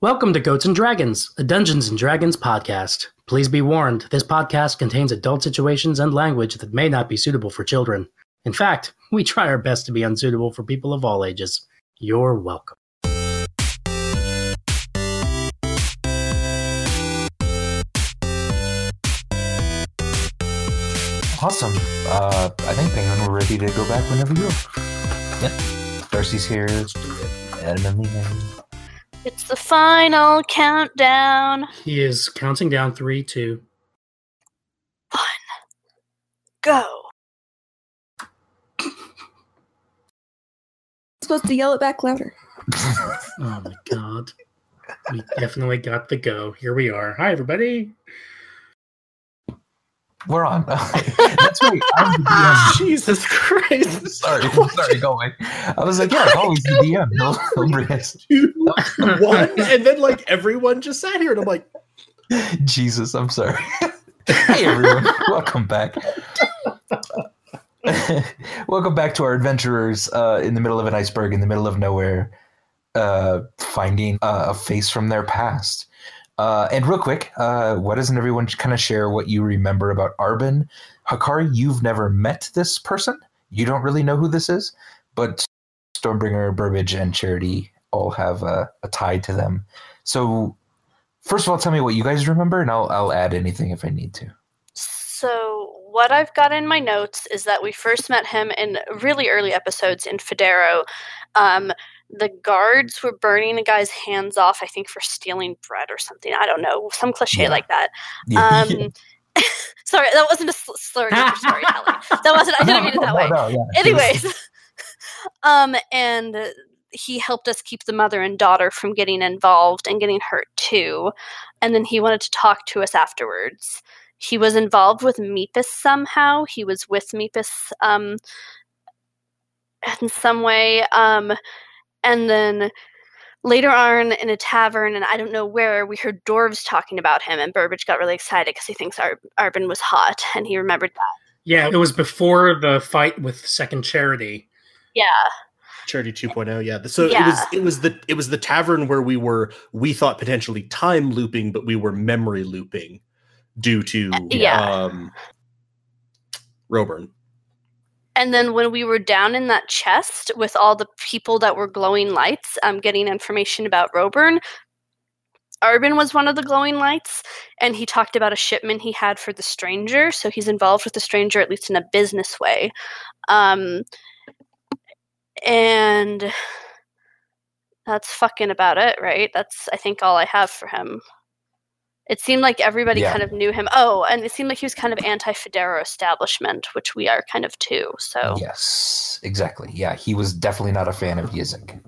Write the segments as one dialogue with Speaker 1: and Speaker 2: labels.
Speaker 1: Welcome to Goats and Dragons, a Dungeons and Dragons podcast. Please be warned, this podcast contains adult situations and language that may not be suitable for children. In fact, we try our best to be unsuitable for people of all ages. You're welcome.
Speaker 2: Awesome. Uh, I think Penguin, we're ready to go back whenever you are. Yeah. Darcy's here. Adam and Leland.
Speaker 3: It's the final countdown.
Speaker 1: He is counting down three, two.
Speaker 3: Go.
Speaker 4: supposed to yell it back louder.
Speaker 1: Oh my god. We definitely got the go. Here we are. Hi, everybody.
Speaker 2: We're on. That's right. I'm the
Speaker 1: Jesus
Speaker 2: DM.
Speaker 1: Christ.
Speaker 2: sorry. I'm sorry. Go away. I was like, yeah, I'm always the DM. No, Umbreus.
Speaker 5: two, one, and then like everyone just sat here, and I'm like,
Speaker 2: Jesus, I'm sorry. hey, everyone. Welcome back. Welcome back to our adventurers uh, in the middle of an iceberg, in the middle of nowhere, uh, finding uh, a face from their past. Uh, and real quick, uh, why doesn't everyone kind of share what you remember about Arbin? Hakari, you've never met this person. You don't really know who this is, but Stormbringer, Burbage, and Charity all have a, a tie to them. So, first of all, tell me what you guys remember, and I'll, I'll add anything if I need to.
Speaker 3: So, what I've got in my notes is that we first met him in really early episodes in Federo. Um, the guards were burning a guy's hands off, I think, for stealing bread or something. I don't know, some cliche
Speaker 2: Yeah.
Speaker 3: like that. Um, sorry, that wasn't a sl- slur. just for storytelling. that wasn't. I didn't mean it that way.
Speaker 2: No, no, yeah.
Speaker 3: anyways um and he helped us keep the mother and daughter from getting involved and getting hurt too and then he wanted to talk to us afterwards he was involved with meepus somehow he was with meepus um in some way um and then later on in a tavern and i don't know where we heard dwarves talking about him and burbage got really excited because he thinks Ar- arbin was hot and he remembered that
Speaker 1: Yeah, it was before the fight with Second Charity.
Speaker 3: yeah
Speaker 5: Charity 2.0. Yeah. So it was
Speaker 3: Yeah.
Speaker 5: it was the it was the tavern where we were we thought potentially time looping, but we were memory looping due to
Speaker 3: Uh, yeah.
Speaker 5: um Roburn.
Speaker 3: And then when we were down in that chest with all the people that were glowing lights, um, getting information about Roburn, Arbin was one of the glowing lights, and he talked about a shipment he had for the stranger. So he's involved with the stranger, at least in a business way. Um, and that's fucking about it, right? That's, I think, all I have for him. It seemed like everybody
Speaker 2: Yeah.
Speaker 3: kind of knew him. Oh, and it seemed like he was kind of anti Federo establishment, which we are kind of too. So.
Speaker 2: Yes, exactly. Yeah, he was definitely not a fan of Yizik.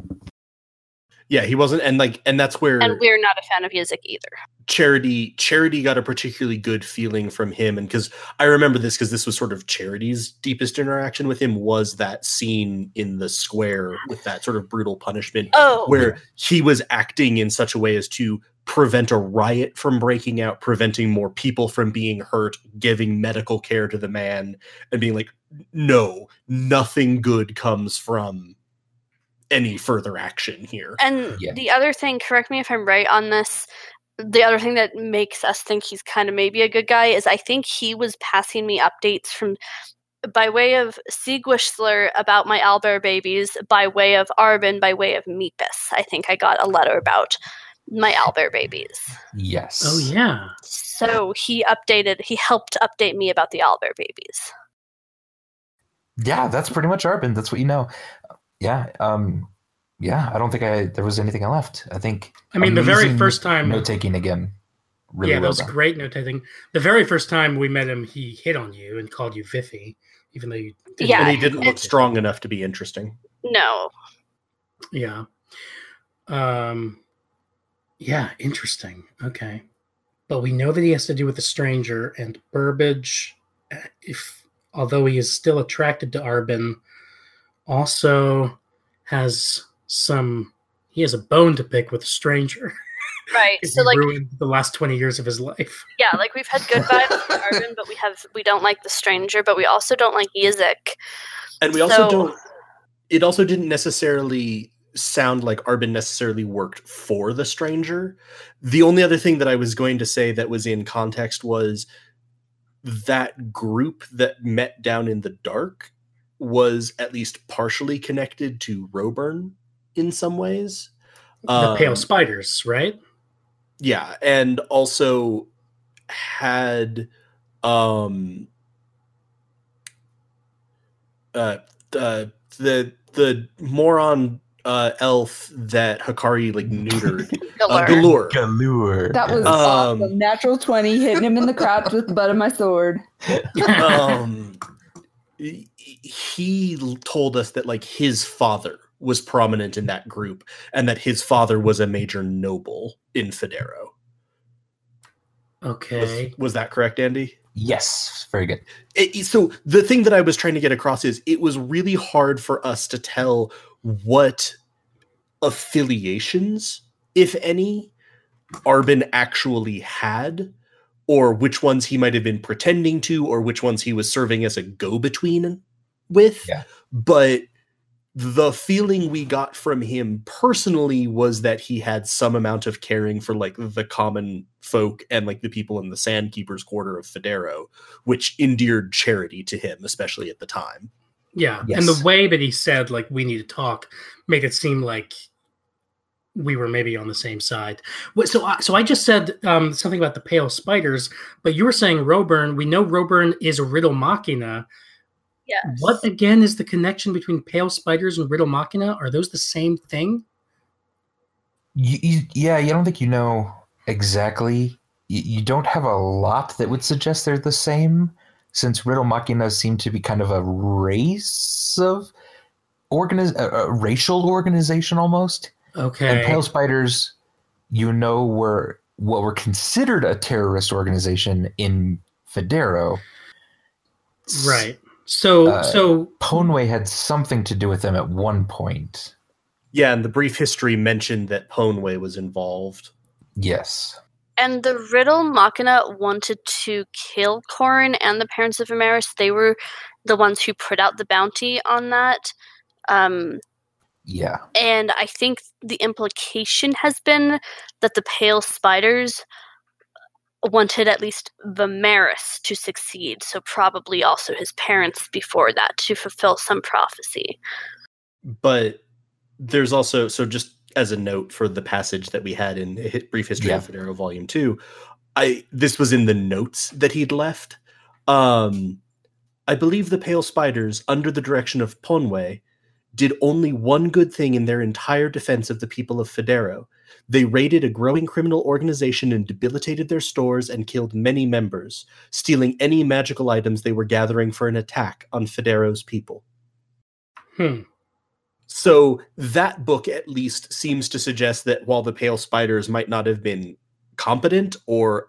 Speaker 5: Yeah, he wasn't and like and that's where
Speaker 3: and we're not a fan of Yizik either.
Speaker 5: charity charity got a particularly good feeling from him and because i remember this because this was sort of charity's deepest interaction with him was that scene in the square with that sort of brutal punishment
Speaker 3: Oh,
Speaker 5: where he was acting in such a way as to prevent a riot from breaking out, preventing more people from being hurt, giving medical care to the man, and being like, no, nothing good comes from any further action here.
Speaker 3: and
Speaker 2: Yeah.
Speaker 3: the other thing, correct me if I'm right on this. The other thing that makes us think he's kind of maybe a good guy is I think he was passing me updates from by way of Siegwischler about my Albert babies, by way of Arbin, by way of Meepus. I think I got a letter about my Albert babies.
Speaker 2: Yes.
Speaker 1: Oh, yeah.
Speaker 3: So he updated, he helped update me about the Albert babies.
Speaker 2: Yeah, that's pretty much Arbin. That's what you know. Yeah. Um. Yeah, I don't think I there was anything I left. I think.
Speaker 1: I mean, the very
Speaker 2: amazing
Speaker 1: first time.
Speaker 2: note taking again. Really
Speaker 1: yeah, that
Speaker 2: well
Speaker 1: was
Speaker 2: done.
Speaker 1: great note taking. The very first time we met him, he hit on you and called you Viffy, even though you didn't
Speaker 3: Yeah,
Speaker 5: and he didn't look strong enough to be interesting.
Speaker 3: No,
Speaker 1: Yeah. Um yeah, interesting. Okay. But we know that he has to do with a stranger and Burbage uh, if although he is still attracted to Arbin also has some he has a bone to pick with a stranger.
Speaker 3: right.
Speaker 1: He
Speaker 3: So like
Speaker 1: ruined the last 20 years of his life.
Speaker 3: Yeah, like we've had good vibes with Arvin, but we have we don't like the stranger, but we also don't like Yizik.
Speaker 5: And we also
Speaker 3: So-
Speaker 5: don't. It also didn't necessarily sound like Arbin necessarily worked for the stranger. The only other thing that I was going to say that was in context was that group that met down in the dark was at least partially connected to Roburn in some ways.
Speaker 1: the pale
Speaker 5: Um,
Speaker 1: spiders, right?
Speaker 5: yeah and also had um uh, uh the the moron uh elf that Hikari like neutered uh,
Speaker 3: Galore.
Speaker 5: Galore
Speaker 2: Galure.
Speaker 4: That was
Speaker 5: Um,
Speaker 4: awesome. Natural 20, hitting him in the crotch with the butt of my sword.
Speaker 5: um he- he told us that like his father was prominent in that group and that his father was a major noble in Federo. Was-
Speaker 1: Okay.
Speaker 5: was that correct, Andy?
Speaker 2: yes, very good.
Speaker 5: it, it- so the thing that I was trying to get across is it was really hard for us to tell what affiliations, if any, Arbin actually had, or which ones he might have been pretending to, or which ones he was serving as a go-between with.
Speaker 2: Yeah.
Speaker 5: But the feeling we got from him personally was that he had some amount of caring for like the common folk and like the people in the sandkeepers quarter of Federo which endeared charity to him, especially at the time.
Speaker 1: Yeah. And
Speaker 2: Yes.
Speaker 1: the way that he said, like, we need to talk made it seem like we were maybe on the same side. Wait, So, I, so I just said um, something about the pale spiders, but you were saying Roburn. We know Roburn is Riddle Machina.
Speaker 3: Yes.
Speaker 1: What again is the connection between pale spiders and Riddle Machina? Are those the same thing?
Speaker 2: You, you, yeah, you don't think you know exactly. You, you don't have a lot that would suggest they're the same, since Riddle Machina seem to be kind of a race of organiz- a, a racial organization almost. And
Speaker 1: Okay.
Speaker 2: Pale Spiders, you know, were what were considered a terrorist organization in Federo. S-
Speaker 1: right. So,
Speaker 2: uh,
Speaker 1: so
Speaker 2: Ponway had something to do with them at one point.
Speaker 5: Yeah, and the brief history mentioned that Ponway was involved.
Speaker 2: Yes.
Speaker 3: And the riddle Machina wanted to kill Corin and the parents of Amaris. They were the ones who put out the bounty on that. Um,
Speaker 2: Yeah.
Speaker 3: and I think the implication has been that the pale spiders wanted at least Vimeris to succeed, so probably also his parents before that to fulfill some prophecy.
Speaker 5: But there's also, so just as a note for the passage that we had in Hi- Brief History of Federo Volume 2, I this was in the notes that he'd left. Um, I believe the Pale Spiders, under the direction of Ponway, did only one good thing in their entire defense of the people of Federo. They raided a growing criminal organization and debilitated their stores and killed many members, stealing any magical items they were gathering for an attack on Federo's people.
Speaker 1: Hmm.
Speaker 5: So that book at least seems to suggest that while the Pale Spiders might not have been competent or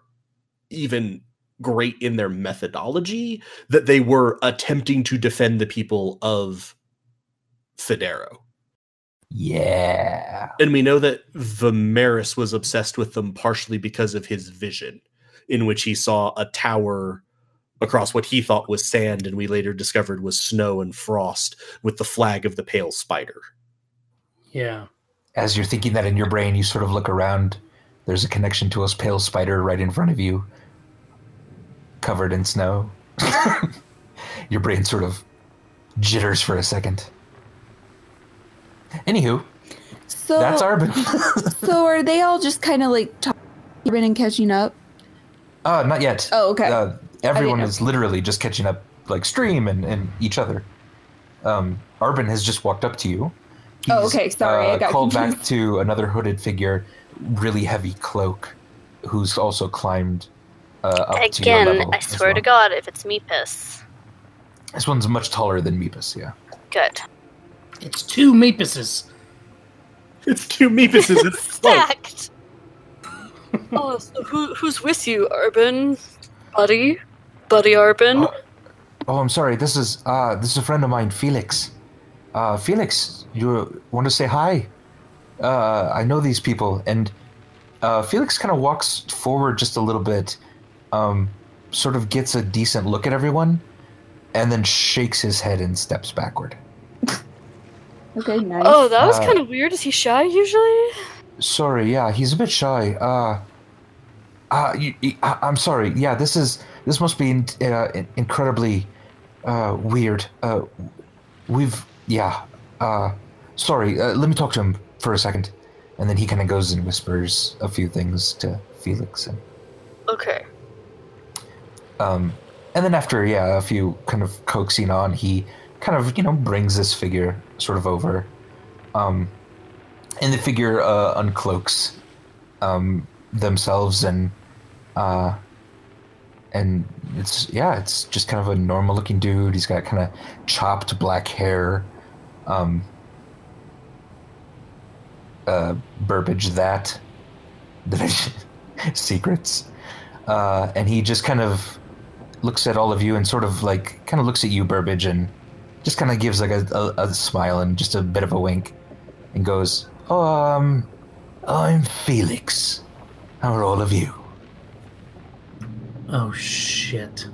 Speaker 5: even great in their methodology, that they were attempting to defend the people of Federo.
Speaker 2: Yeah.
Speaker 5: And we know that Vimeris was obsessed with them partially because of his vision, in which he saw a tower across what he thought was sand, and we later discovered was snow and frost with the flag of the pale spider.
Speaker 1: yeah.
Speaker 2: As you're thinking that in your brain, you sort of look around. There's a connection to a pale spider right in front of you, covered in snow. your brain sort of jitters for a second. Anywho,
Speaker 4: So
Speaker 2: that's Arbin.
Speaker 4: so are they all just kind of like talking and catching up?
Speaker 2: uh, not yet.
Speaker 4: Oh, okay.
Speaker 2: Uh, everyone
Speaker 4: know.
Speaker 2: is literally just catching up, like stream and, and each other. Um, Arbin has just walked up to you.
Speaker 4: Oh, okay, sorry, I got
Speaker 2: Uh, called back
Speaker 4: confused.
Speaker 2: to another hooded figure, really heavy cloak, who's also climbed uh, up to your
Speaker 3: Again,
Speaker 2: level.
Speaker 3: I
Speaker 2: as
Speaker 3: swear to
Speaker 2: well.
Speaker 3: God, if it's Meepus,
Speaker 2: This one's much taller than Meepus, yeah.
Speaker 3: good.
Speaker 1: It's two meepuses.
Speaker 5: It's two Meepuses. in a cloak.
Speaker 3: Fact. oh, so who, who's with you, Urban? Buddy? Buddy Urban?
Speaker 2: Oh. Oh, I'm sorry. This is uh, this is a friend of mine, Felix. Uh, Felix, you want to say hi? Uh, I know these people, and uh, Felix kind of walks forward just a little bit, um, sort of gets a decent look at everyone, and then shakes his head and steps backward.
Speaker 4: Okay, nice.
Speaker 3: Oh, that was
Speaker 2: Uh,
Speaker 3: kind of weird. Is he shy usually?
Speaker 2: Sorry, yeah, he's a bit shy. Uh, uh, you, you- I, I'm sorry. Yeah, this is this must be in, uh, in- incredibly uh, weird. Uh, we've yeah. Uh, sorry. Uh, let me talk to him for a second, and then he kind of goes and whispers a few things to Felix, and
Speaker 3: Okay.
Speaker 2: um, and then after yeah, a few kind of coaxing on, he kind of you know brings this figure sort of over, um, and the figure uh, uncloaks um, themselves and uh, and it's yeah, it's just kind of a normal looking dude. He's got kind of chopped black hair. Um, uh, Burbage that secrets, uh, and he just kind of looks at all of you and sort of like kind of looks at you, Burbage, and just kind of gives like a, a, a smile and just a bit of a wink, and goes, "Um, I'm Felix. How are all of you?
Speaker 1: Oh shit.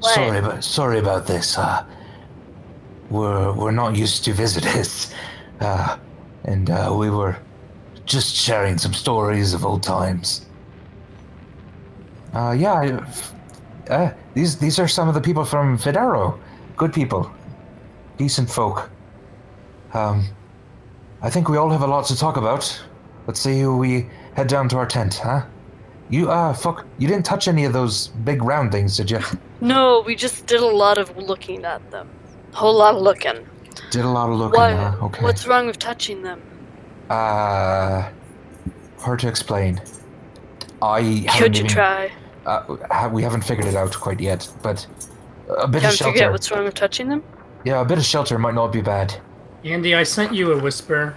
Speaker 3: What?
Speaker 2: Sorry, about sorry about this. Uh, we're we're not used to visitors, uh, and uh, we were just sharing some stories of old times. Uh, yeah, I- uh, these these are some of the people from Federo. Good people, decent folk. Um, I think we all have a lot to talk about. Let's see who we head down to our tent, huh? You uh, fuck, you didn't touch any of those big round things, did you?
Speaker 3: No, we just did a lot of looking at them. A whole lot of looking.
Speaker 2: Did a lot of looking,
Speaker 3: Why,
Speaker 2: huh? Okay.
Speaker 3: What's wrong with touching them?
Speaker 2: Uh, hard to explain. I haven't
Speaker 3: Could you
Speaker 2: even-
Speaker 3: try?
Speaker 2: Uh, ha- we haven't figured it out quite yet, but a bit of
Speaker 3: Can't figure out
Speaker 2: shelter.
Speaker 3: what's wrong with touching them?
Speaker 2: Yeah, a bit of shelter might not be bad.
Speaker 1: Andy, I sent you a whisper.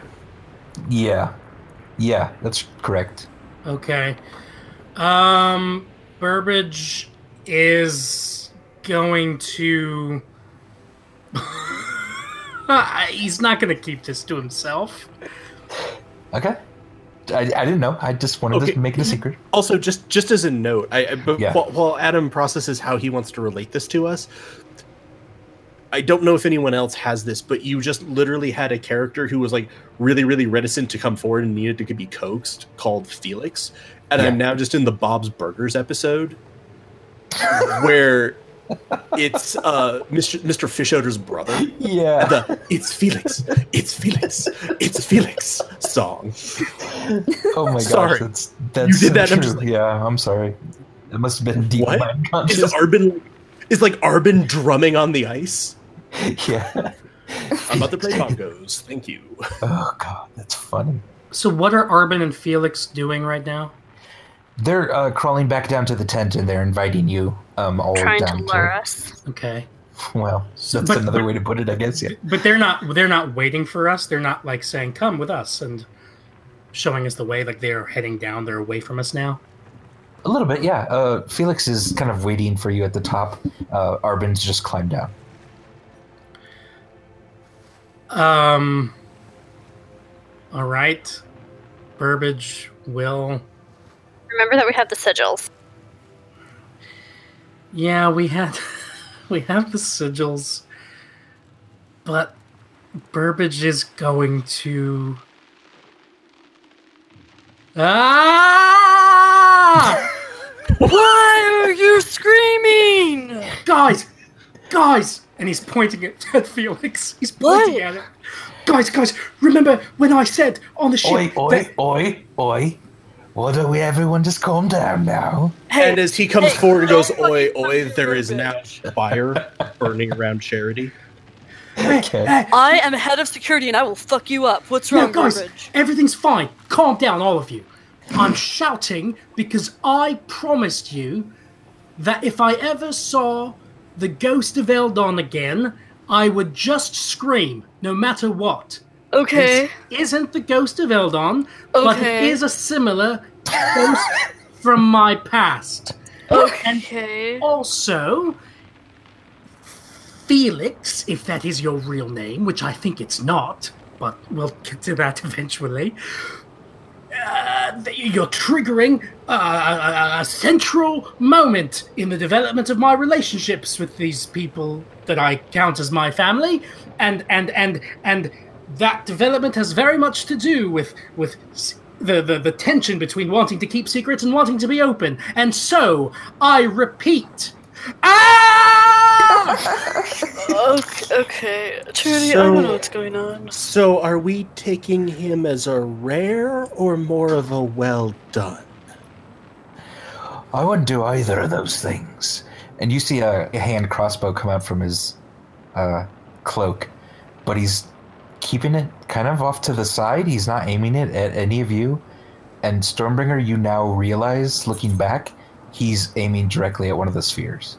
Speaker 2: Yeah, yeah, that's correct.
Speaker 1: Okay. Um Burbage is going to He's not going to keep this to himself.
Speaker 2: Okay. I, I didn't know. I just wanted
Speaker 5: Okay. Mm-hmm.
Speaker 2: to make it a secret.
Speaker 5: Also, just just as a note, I, I but
Speaker 2: Yeah.
Speaker 5: while, while Adam processes how he wants to relate this to us, I don't know if anyone else has this, but you just literally had a character who was like really, really reticent to come forward and needed to be coaxed, called Felix, and I'm now just in the Bob's Burgers episode where it's uh, Mr. Mr. Fishoder's brother.
Speaker 2: Yeah.
Speaker 5: The "It's Felix, it's Felix, it's Felix" song.
Speaker 2: oh my gosh,
Speaker 5: Sorry.
Speaker 2: that's that's
Speaker 5: did
Speaker 2: so
Speaker 5: that, I'm
Speaker 2: true.
Speaker 5: just like-
Speaker 2: yeah, I'm sorry. It must have been deep in
Speaker 5: What?
Speaker 2: my
Speaker 5: Is
Speaker 2: unconscious.
Speaker 5: Arbin is like Arbin drumming on the ice?
Speaker 2: yeah.
Speaker 5: I'm about to play bongos. Thank you.
Speaker 2: Oh god, that's funny.
Speaker 1: So what are Arbin and Felix doing right now?
Speaker 2: They're uh, crawling back down to the tent and they're inviting you um, all
Speaker 3: Trying to
Speaker 2: down
Speaker 3: lure us.
Speaker 1: Okay.
Speaker 2: Well,
Speaker 1: So-
Speaker 2: that's
Speaker 1: but-
Speaker 2: another way to put it, I guess. Yeah.
Speaker 1: But they're not they're not waiting for us. They're not like saying, "Come with us" and showing us the way like they're heading down. They're away from us now.
Speaker 2: A little bit, yeah. Uh, Felix is kind of waiting for you at the top. Uh, Arbin's just climbed down.
Speaker 1: Um. All right. Burbage will.
Speaker 3: Remember that we have the sigils.
Speaker 1: Yeah, we had we have the sigils, but Burbage is going to. Ah!
Speaker 3: Why are you screaming?
Speaker 1: guys, guys, and he's pointing it at Felix. He's pointing
Speaker 3: What?
Speaker 1: at it. Guys, guys, remember when I said on the ship?
Speaker 2: Oi, oi,
Speaker 1: that-
Speaker 2: oi, oi. Why don't we everyone just calm down now?
Speaker 3: Hey,
Speaker 5: and as he comes
Speaker 3: hey,
Speaker 5: forward and goes,
Speaker 3: don't fucking
Speaker 5: "Oi,
Speaker 3: touch
Speaker 5: oi!"
Speaker 3: me,
Speaker 5: There is
Speaker 3: bitch.
Speaker 5: now fire burning around Charity.
Speaker 2: Okay.
Speaker 1: eh,
Speaker 3: I am head of security and I will fuck you up. What's
Speaker 1: No,
Speaker 3: wrong,
Speaker 1: guys,
Speaker 3: Burbage?
Speaker 1: everything's fine. Calm down, all of you. I'm shouting because I promised you that if I ever saw the ghost of Eldon again, I would just scream, no matter what.
Speaker 3: Okay.
Speaker 1: This isn't the ghost of Eldon, but it
Speaker 3: Okay.
Speaker 1: is a similar ghost from my past.
Speaker 3: Okay.
Speaker 1: Also, Felix, if that is your real name, which I think it's not, but we'll get to that eventually. Uh, th- you're triggering uh, a- a, a central moment in the development of my relationships with these people that I count as my family, and and and and that development has very much to do with with s- the, the the tension between wanting to keep secrets and wanting to be open. And so I repeat. Ah!
Speaker 6: okay, okay. Trudy, I
Speaker 5: So-
Speaker 6: don't know what's going on.
Speaker 5: So, are we taking him as a rare or more of a well done?
Speaker 2: I wouldn't do either of those things. And you see a, a hand crossbow come out from his uh, cloak, but he's keeping it kind of off to the side. He's not aiming it at any of you. And Stormbringer, you now realize, looking back, he's aiming directly at one of the spheres.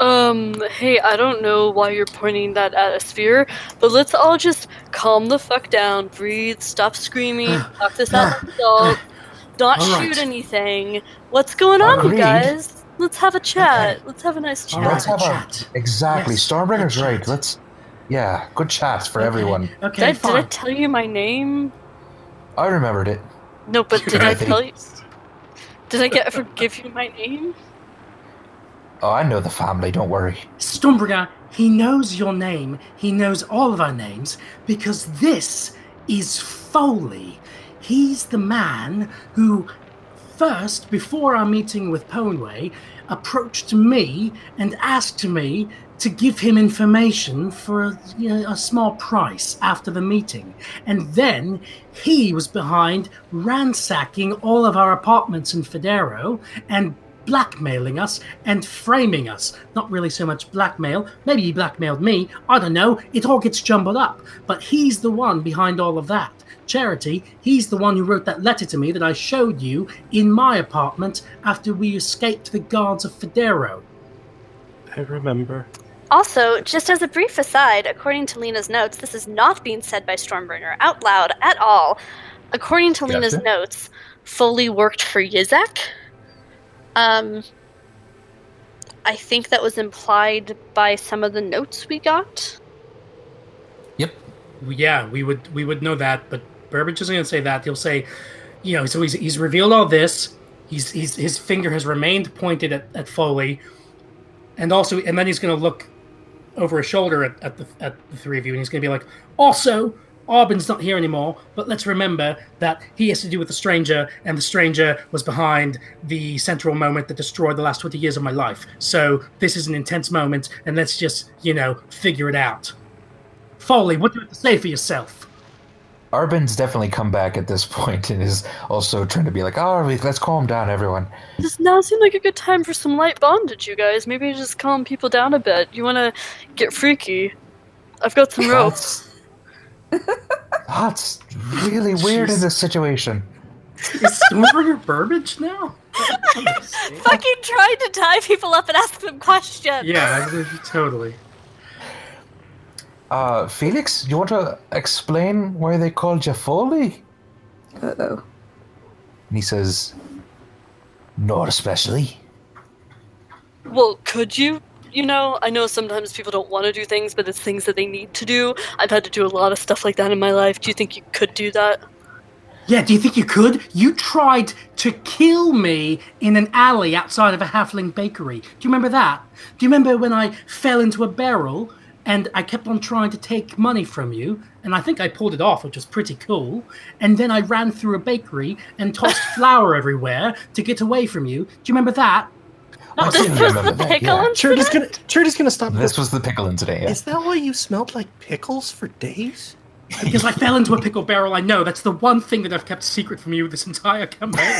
Speaker 6: Um, hey, I don't know why you're pointing that at a sphere, but let's all just calm the fuck down, breathe, stop screaming, talk this out with adults, not
Speaker 1: All right.
Speaker 6: shoot anything. What's going on,
Speaker 2: Agreed.
Speaker 6: you guys? Let's have a chat. Let's have a nice
Speaker 1: All
Speaker 6: chat.
Speaker 2: Let's
Speaker 1: right, a
Speaker 2: have a-
Speaker 1: chat.
Speaker 2: Exactly.
Speaker 1: Yes,
Speaker 2: Stormbringer's
Speaker 1: good
Speaker 2: right.
Speaker 1: shot.
Speaker 2: Let's. Yeah, good shots for
Speaker 1: Okay.
Speaker 2: everyone.
Speaker 1: Okay,
Speaker 6: Did, I, did I
Speaker 1: fine.
Speaker 6: tell you my name?
Speaker 2: I remembered it.
Speaker 6: No, but did I
Speaker 2: Right.
Speaker 6: tell you? Did I get forgive you my name?
Speaker 2: Oh, I know the family. Don't worry.
Speaker 1: Stormbringer, he knows your name. He knows all of our names because this is Foley. He's the man who, first, before our meeting with Ponway, approached me and asked me to give him information for a, you know, a small price after the meeting. And then he was behind ransacking all of our apartments in Federo and blackmailing us and framing us. Not really so much blackmail. Maybe he blackmailed me. I don't know. It all gets jumbled up. But he's the one behind all of that. Charity, he's the one who wrote that letter to me that I showed you in my apartment after we escaped the guards of Federo.
Speaker 5: I remember.
Speaker 3: Also, just as a brief aside, according to Lena's notes, this is not being said by Stormbringer out loud at all. According to Lena's
Speaker 2: Gotcha.
Speaker 3: notes, Foley worked for Yizak. Um, I think that was implied by some of the notes we got.
Speaker 1: Yeah, we would we would know that, but Burbage isn't going to say that. He'll say, you know, so he's, he's revealed all this. He's, he's his finger has remained pointed at, at Foley, and also, and then he's going to look over his shoulder at, at the at the three of you, and he's going to be like, also, Arbin's not here anymore, but let's remember that he has to do with the stranger, and the stranger was behind the central moment that destroyed the last twenty years of my life. So this is an intense moment, and let's just you know figure it out. Foley, what do you have to say for yourself?
Speaker 2: Arbin's definitely come back at this point and is also trying to be like, oh, let's calm down, everyone.
Speaker 6: Does now seem like a good time for some light bondage, you guys? Maybe just calm people down a bit. You want to get freaky? I've got some ropes.
Speaker 2: That's, that's really weird in this situation.
Speaker 1: Is Stormbringer Burbage now?
Speaker 3: Fucking trying to tie people up and ask them questions.
Speaker 1: yeah, I- totally.
Speaker 2: Uh, Felix, you want to explain why they called you Foley?
Speaker 4: Uh oh.
Speaker 2: And he says, not especially.
Speaker 6: Well, could you? You know, I know sometimes people don't want to do things, but it's things that they need to do. I've had to do a lot of stuff like that in my life. Do you think you could do that?
Speaker 1: Yeah, do you think you could? You tried to kill me in an alley outside of a halfling bakery. Do you remember that? Do you remember when I fell into a barrel and I kept on trying to take money from you? And I think I pulled it off, which was pretty cool. And then I ran through a bakery and tossed flour everywhere to get away from you. Do you remember that?
Speaker 2: I
Speaker 1: was-
Speaker 2: do
Speaker 6: This was
Speaker 2: remember
Speaker 6: the
Speaker 2: that,
Speaker 6: pickle
Speaker 2: yeah.
Speaker 5: Trudy's gonna. Trudy's gonna stop.
Speaker 2: This was the pickle incident. Yeah.
Speaker 5: Is that why you smelled like pickles for days?
Speaker 1: Because I fell into a pickle barrel, I know. That's the one thing that I've kept secret from you this entire campaign.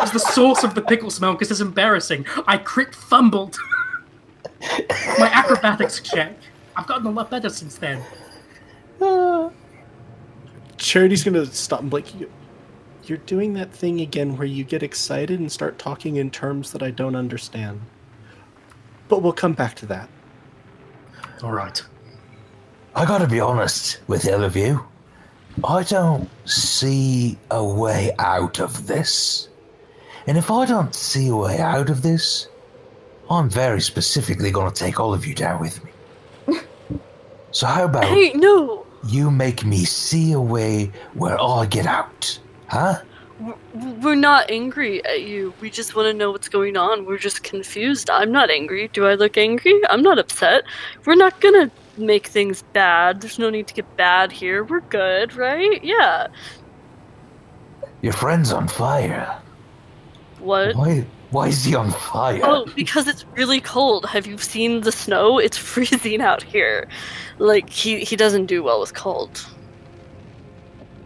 Speaker 1: was the source of the pickle smell, because it's embarrassing. I crit fumbled my acrobatics check. I've gotten a lot better since then.
Speaker 5: Charity's gonna stop and blink. You, you're doing that thing again where you get excited and start talking in terms that I don't understand. But we'll come back to that.
Speaker 1: All right.
Speaker 2: I gotta be honest with all of you. I don't see a way out of this. And if I don't see a way out of this, I'm very specifically gonna take all of you down with me. so how about
Speaker 6: Hey, no.
Speaker 2: you make me see a way where I get out? Huh?
Speaker 6: We're, we're not angry at you. We just want to know what's going on. We're just confused. I'm not angry. Do I look angry? I'm not upset. We're not gonna make things bad. There's no need to get bad here. We're good, right? Yeah.
Speaker 2: Your friend's on fire.
Speaker 6: What?
Speaker 2: Why? Why is he on fire?
Speaker 6: Oh, because it's really cold. Have you seen the snow? It's freezing out here. Like he he doesn't do well with cold.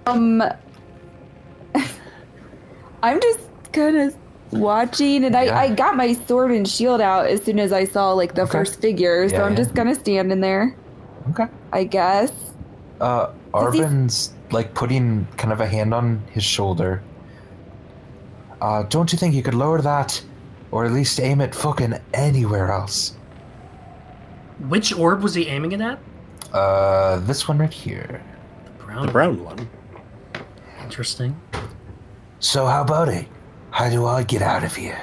Speaker 4: Um, I'm just kind of watching, and
Speaker 2: Yeah.
Speaker 4: I, I got my sword and shield out as soon as I saw like the
Speaker 2: Okay.
Speaker 4: first figure, so
Speaker 2: Yeah,
Speaker 4: I'm
Speaker 2: yeah.
Speaker 4: just gonna stand in there,
Speaker 2: Okay.
Speaker 4: I guess.
Speaker 2: Uh,
Speaker 4: Does he-
Speaker 2: Arvin's like putting kind of a hand on his shoulder. Uh, don't you think you could lower that, or at least aim it fucking anywhere else?
Speaker 1: Which orb was he aiming it at?
Speaker 2: Uh, this one right here.
Speaker 1: The brown.
Speaker 2: Oh.
Speaker 5: The brown one.
Speaker 1: Interesting.
Speaker 2: So how about it? How do I get out of here?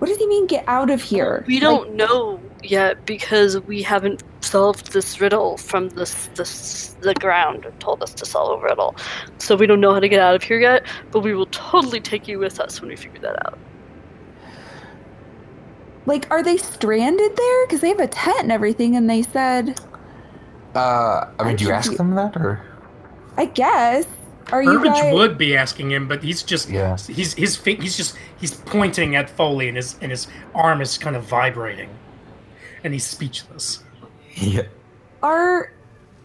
Speaker 4: What does he mean? Get out of here!
Speaker 6: We don't know yet because we haven't solved this riddle from this this the ground told us to solve a riddle. So we don't know how to get out of here yet, but we will totally take you with us when we figure that out.
Speaker 4: Like, like, are they stranded there? Because they have a tent and everything, and they said,
Speaker 2: Uh, I mean, do you
Speaker 4: should
Speaker 2: ask
Speaker 4: be-
Speaker 2: them that, or
Speaker 4: I guess. Are you
Speaker 1: Burbage
Speaker 4: guys?
Speaker 1: would be asking him, but he's just
Speaker 2: Yeah.
Speaker 1: he's his fi- he's just he's pointing at Foley, and his and his arm is kind of vibrating, and he's speechless.
Speaker 2: yeah?
Speaker 4: Are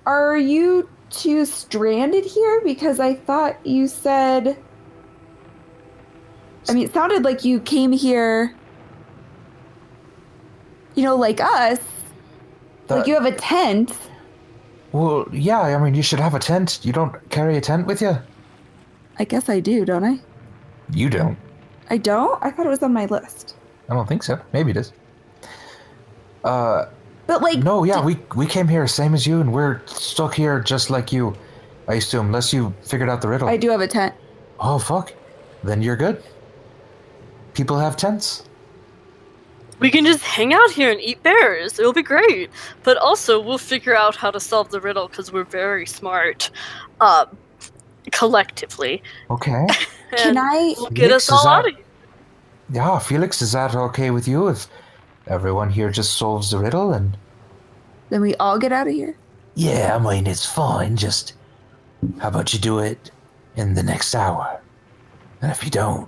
Speaker 4: are you two stranded here? Because I thought you said I mean it sounded like you came here you know, like us. like you have a tent.
Speaker 2: Well, yeah. I mean, you should have a tent. You don't carry a tent with you.
Speaker 4: I guess I do, don't I?
Speaker 2: You don't.
Speaker 4: I don't? I thought it was on my list.
Speaker 2: I don't think so. Maybe it is. Uh,
Speaker 4: But like
Speaker 2: no, yeah, we we came here same as you, and we're stuck here just like you. I assume, unless you figured out the riddle.
Speaker 4: I do have a tent.
Speaker 2: Oh fuck, then you're good. People have tents.
Speaker 6: We can just hang out here and eat bears. It'll be great. But also, we'll figure out how to solve the riddle because we're very smart, uh, collectively.
Speaker 2: Okay.
Speaker 4: Can
Speaker 6: And
Speaker 4: I
Speaker 6: we'll get
Speaker 2: Mix
Speaker 6: us
Speaker 2: is
Speaker 6: all out
Speaker 2: up.
Speaker 6: of here.
Speaker 2: Yeah, Felix, is that okay with you if everyone here just solves the riddle and?
Speaker 4: then we all get out of here?
Speaker 2: Yeah, I mean it's fine. Just how about you do it in the next hour? And if you don't,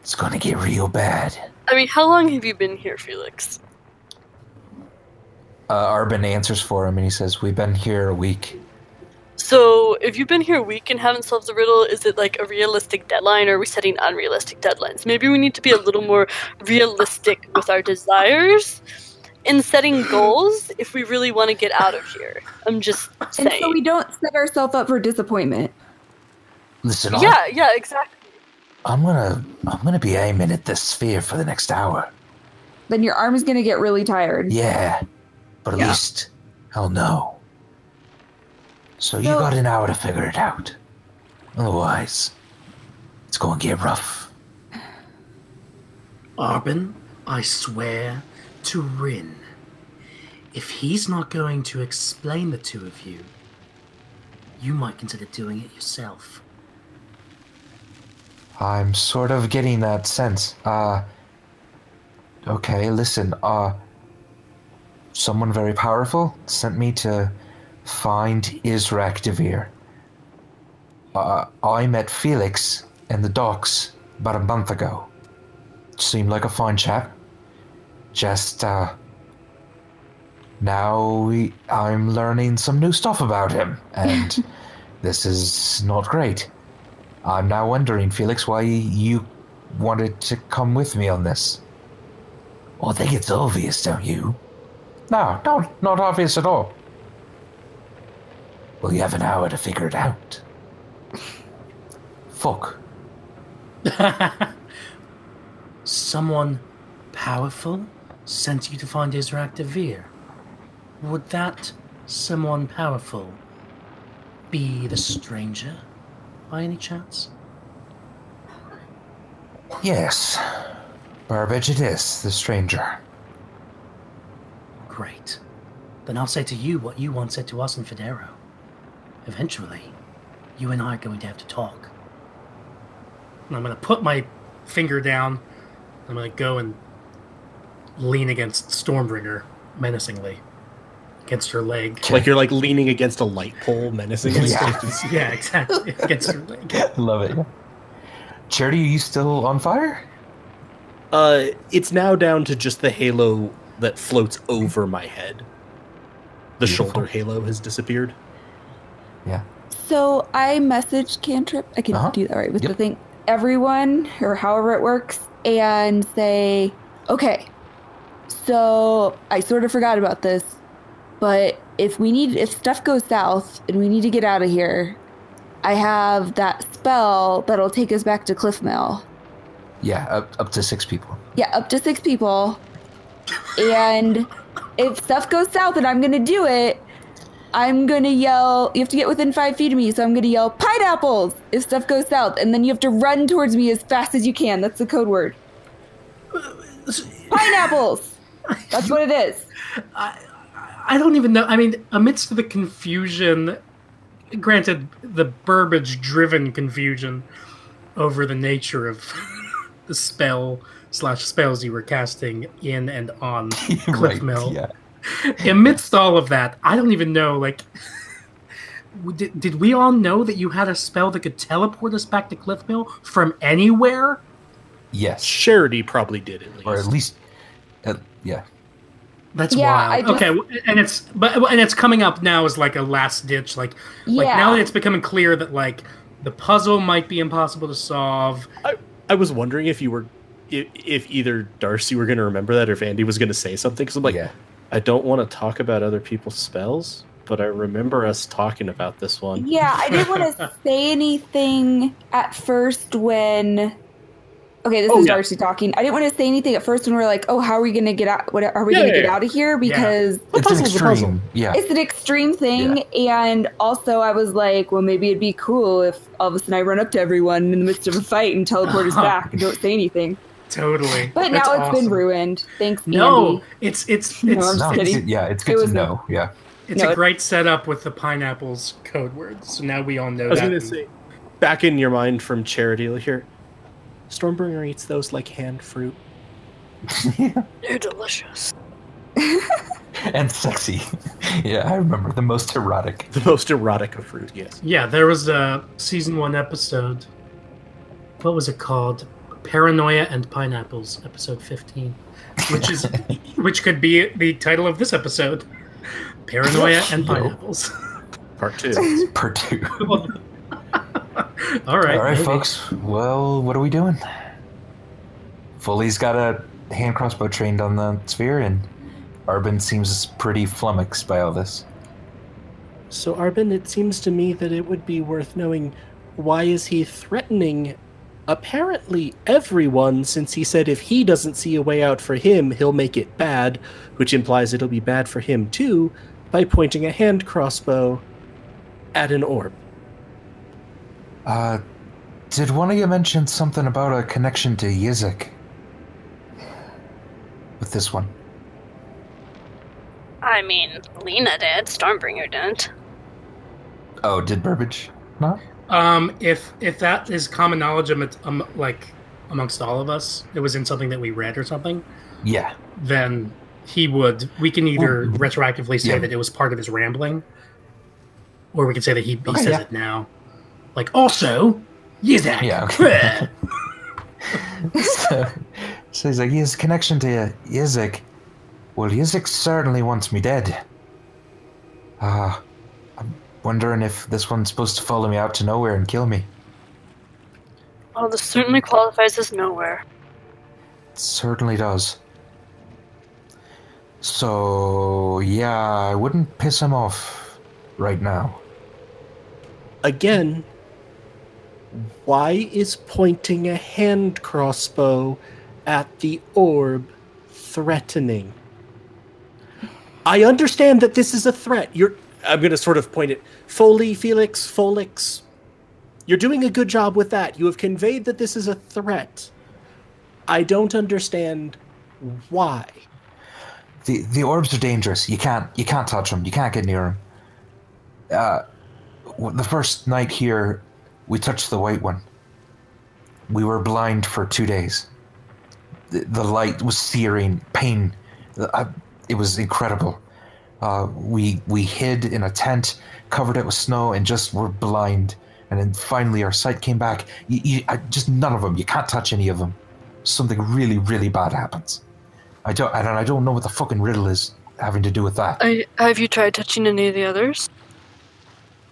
Speaker 2: it's gonna get real bad.
Speaker 6: I mean, how long have you been here, Felix?
Speaker 2: Uh, Arbin answers for him, and he says, "We've been here a week."
Speaker 6: So, if you've been here a week and haven't solved the riddle, is it like a realistic deadline or are we setting unrealistic deadlines? Maybe we need to be a little more realistic with our desires in setting goals if we really want to get out of here. I'm just
Speaker 4: And
Speaker 6: saying.
Speaker 4: so we don't set ourselves up for disappointment.
Speaker 2: Listen,
Speaker 6: yeah, yeah, exactly.
Speaker 2: I'm, I'm gonna, I'm gonna be aiming at this sphere for the next hour.
Speaker 4: Then your arm is gonna get really tired.
Speaker 2: Yeah, but at
Speaker 4: Yeah.
Speaker 2: least I'll know. So you
Speaker 4: So-
Speaker 2: got an hour to figure it out. Otherwise, it's gonna get rough.
Speaker 1: Arbin, I swear to Rin, if he's not going to explain the two of you, you might consider doing it yourself.
Speaker 2: I'm sort of getting that sense. Uh Okay, listen, uh someone very powerful sent me to find Israk Devere. Uh, I met Felix in the docks about a month ago. Seemed like a fine chap. Just uh now we, I'm learning some new stuff about him, and this is not great. I'm now wondering, Felix, why you wanted to come with me on this. Well, I think it's obvious, don't you? No, no, not obvious at all. Well, you have an hour to figure it out. Fuck.
Speaker 1: Someone powerful sent you to find Israq Devere. Would that someone powerful be the stranger by any chance?
Speaker 2: Yes. Burbage it is, the stranger.
Speaker 1: Great. Then I'll say to you what you once said to us in Federo. Eventually, you and I are going to have to talk. And I'm going to put my finger down. I'm going to go and lean against Stormbringer menacingly. against her leg.
Speaker 5: Like you're like leaning against a light pole menacingly.
Speaker 2: Yeah.
Speaker 1: yeah, exactly. Against her leg.
Speaker 2: Love it. Charity, are you still on fire?
Speaker 5: Uh, it's now down to just the halo that floats over my head. The
Speaker 2: Beautiful.
Speaker 5: shoulder halo has disappeared.
Speaker 4: So I messaged Cantrip. I can
Speaker 2: Uh-huh.
Speaker 4: do that right with the
Speaker 2: Yep.
Speaker 4: thing. Everyone, or however it works, and say, okay, so I sort of forgot about this, but if we need, if stuff goes south and we need to get out of here, I have that spell that'll take us back to Cliffmill.
Speaker 2: Yeah, up, up to six people.
Speaker 4: Yeah, up to six people. And if stuff goes south and I'm going to do it, I'm going to yell, you have to get within five feet of me. So I'm going to yell, pineapples, if stuff goes south. And then you have to run towards me as fast as you can. That's the code word. Pineapples! That's what it is.
Speaker 1: I, I don't even know. I mean, amidst the confusion, granted, the Burbage driven confusion over the nature of the spell slash spells you were casting in and on Cliff
Speaker 2: Right,
Speaker 1: Mill.
Speaker 2: Yeah.
Speaker 1: Amidst all of that, I don't even know, like. w- Did, did we all know that you had a spell that could teleport us back to Cliff Mill from anywhere?
Speaker 2: Yes.
Speaker 5: Charity probably did at least.
Speaker 2: Or at least, uh, yeah.
Speaker 1: That's
Speaker 4: Yeah, I
Speaker 1: wild.
Speaker 4: just-
Speaker 1: Okay, w- and it's but and it's coming up now as like a last ditch, like like
Speaker 4: yeah.
Speaker 1: now that it's becoming clear that like the puzzle might be impossible to solve.
Speaker 5: I was wondering if you were, if, if either Darcy were going to remember that or if Andy was going to say something. Because I'm like,
Speaker 2: yeah.
Speaker 5: I don't want to talk about other people's spells, but I remember us talking about this one.
Speaker 4: Yeah, I didn't want to say anything at first when. Okay, this
Speaker 5: Oh,
Speaker 4: is
Speaker 5: yeah.
Speaker 4: Darcy talking. I didn't want to say anything at first when we are like, "Oh, how are we gonna get out? What are we
Speaker 5: Yeah,
Speaker 4: gonna
Speaker 5: yeah,
Speaker 4: get
Speaker 5: yeah.
Speaker 4: out of here?" Because
Speaker 2: It's an
Speaker 5: puzzle's a puzzle.
Speaker 2: extreme. Yeah.
Speaker 4: it's an extreme thing, and also I was like, "Well, maybe it'd be cool if all of a sudden I run up to everyone in the midst of a fight and teleport us back and don't say anything."
Speaker 1: Totally.
Speaker 4: But
Speaker 1: That's
Speaker 4: now it's
Speaker 1: awesome.
Speaker 4: been ruined. Thanks,
Speaker 1: No,
Speaker 4: Andy.
Speaker 1: it's it's
Speaker 4: No,
Speaker 1: it's
Speaker 2: No,
Speaker 4: I'm
Speaker 1: it's,
Speaker 4: just
Speaker 2: it's,
Speaker 4: kidding.
Speaker 2: yeah, it's
Speaker 4: It
Speaker 2: good
Speaker 4: was
Speaker 2: to
Speaker 4: a-
Speaker 2: know. Yeah.
Speaker 1: it's
Speaker 4: No,
Speaker 1: a
Speaker 4: it-
Speaker 1: great setup with the pineapples code words. So now we all know
Speaker 5: I was
Speaker 1: that.
Speaker 5: going to say, back in your mind from Charity like, here. Stormbringer eats those like hand fruit.
Speaker 6: They're delicious.
Speaker 2: and sexy. yeah, I remember the most erotic.
Speaker 5: The most erotic of fruit, yes.
Speaker 1: yeah, there was a season one episode. What was it called? Paranoia and Pineapples, episode fifteen, which is which could be the title of this episode. Paranoia and
Speaker 2: Yo.
Speaker 1: Pineapples.
Speaker 5: Part two.
Speaker 2: Per two.
Speaker 1: all right,
Speaker 2: All right,
Speaker 1: maybe.
Speaker 2: folks. Well, what are we doing? Foley's got a hand crossbow trained on the sphere, and Arbin seems pretty flummoxed by all this.
Speaker 5: so, Arbin, it seems to me that it would be worth knowing why is he threatening apparently everyone since he said if he doesn't see a way out for him, he'll make it bad, which implies it'll be bad for him too by pointing a hand crossbow at an orb.
Speaker 2: Uh, did one of you mention something about a connection to Yizik? With this one.
Speaker 3: I mean, Lena did. Stormbringer didn't.
Speaker 2: Oh, did Burbage? No?
Speaker 1: Um, if if that is common knowledge, um, it's, um, like amongst all of us, it was in something that we read or something,
Speaker 2: Yeah.
Speaker 1: then he would. We can either
Speaker 2: Well,
Speaker 1: retroactively say
Speaker 2: Oh. yeah.
Speaker 1: that it was part of his rambling, or we can say that he, he
Speaker 2: Okay,
Speaker 1: says
Speaker 2: yeah.
Speaker 1: it now. Like also, Yizak.
Speaker 2: Yeah, okay. so, so he's like, his connection to Yizik. Well, Yizik certainly wants me dead. Ah, I'm wondering if this one's supposed to follow me out to nowhere and kill me.
Speaker 6: Oh, this certainly qualifies as nowhere.
Speaker 2: It certainly does. So, yeah, I wouldn't piss him off right now.
Speaker 5: Again, why is pointing a hand crossbow at the orb threatening? I understand that this is a threat. You're I'm going to sort of point it Foley, Felix, Folix. You're doing a good job with that. You have conveyed that this is a threat. I don't understand why.
Speaker 2: The the orbs are dangerous. You can't you can't touch them. You can't get near them. Uh, w- the first night here, we touched the white one. We were blind for two days. The, the light was searing, pain. The- I- it was uh, incredible. Uh, we we hid in a tent, covered it with snow, and just were blind. And then finally, our sight came back. You, you, I, just none of them. You can't touch any of them. Something really, really bad happens. I don't. I don't. I don't know what the fucking riddle is having to do with that.
Speaker 6: I, have you tried touching any of the others?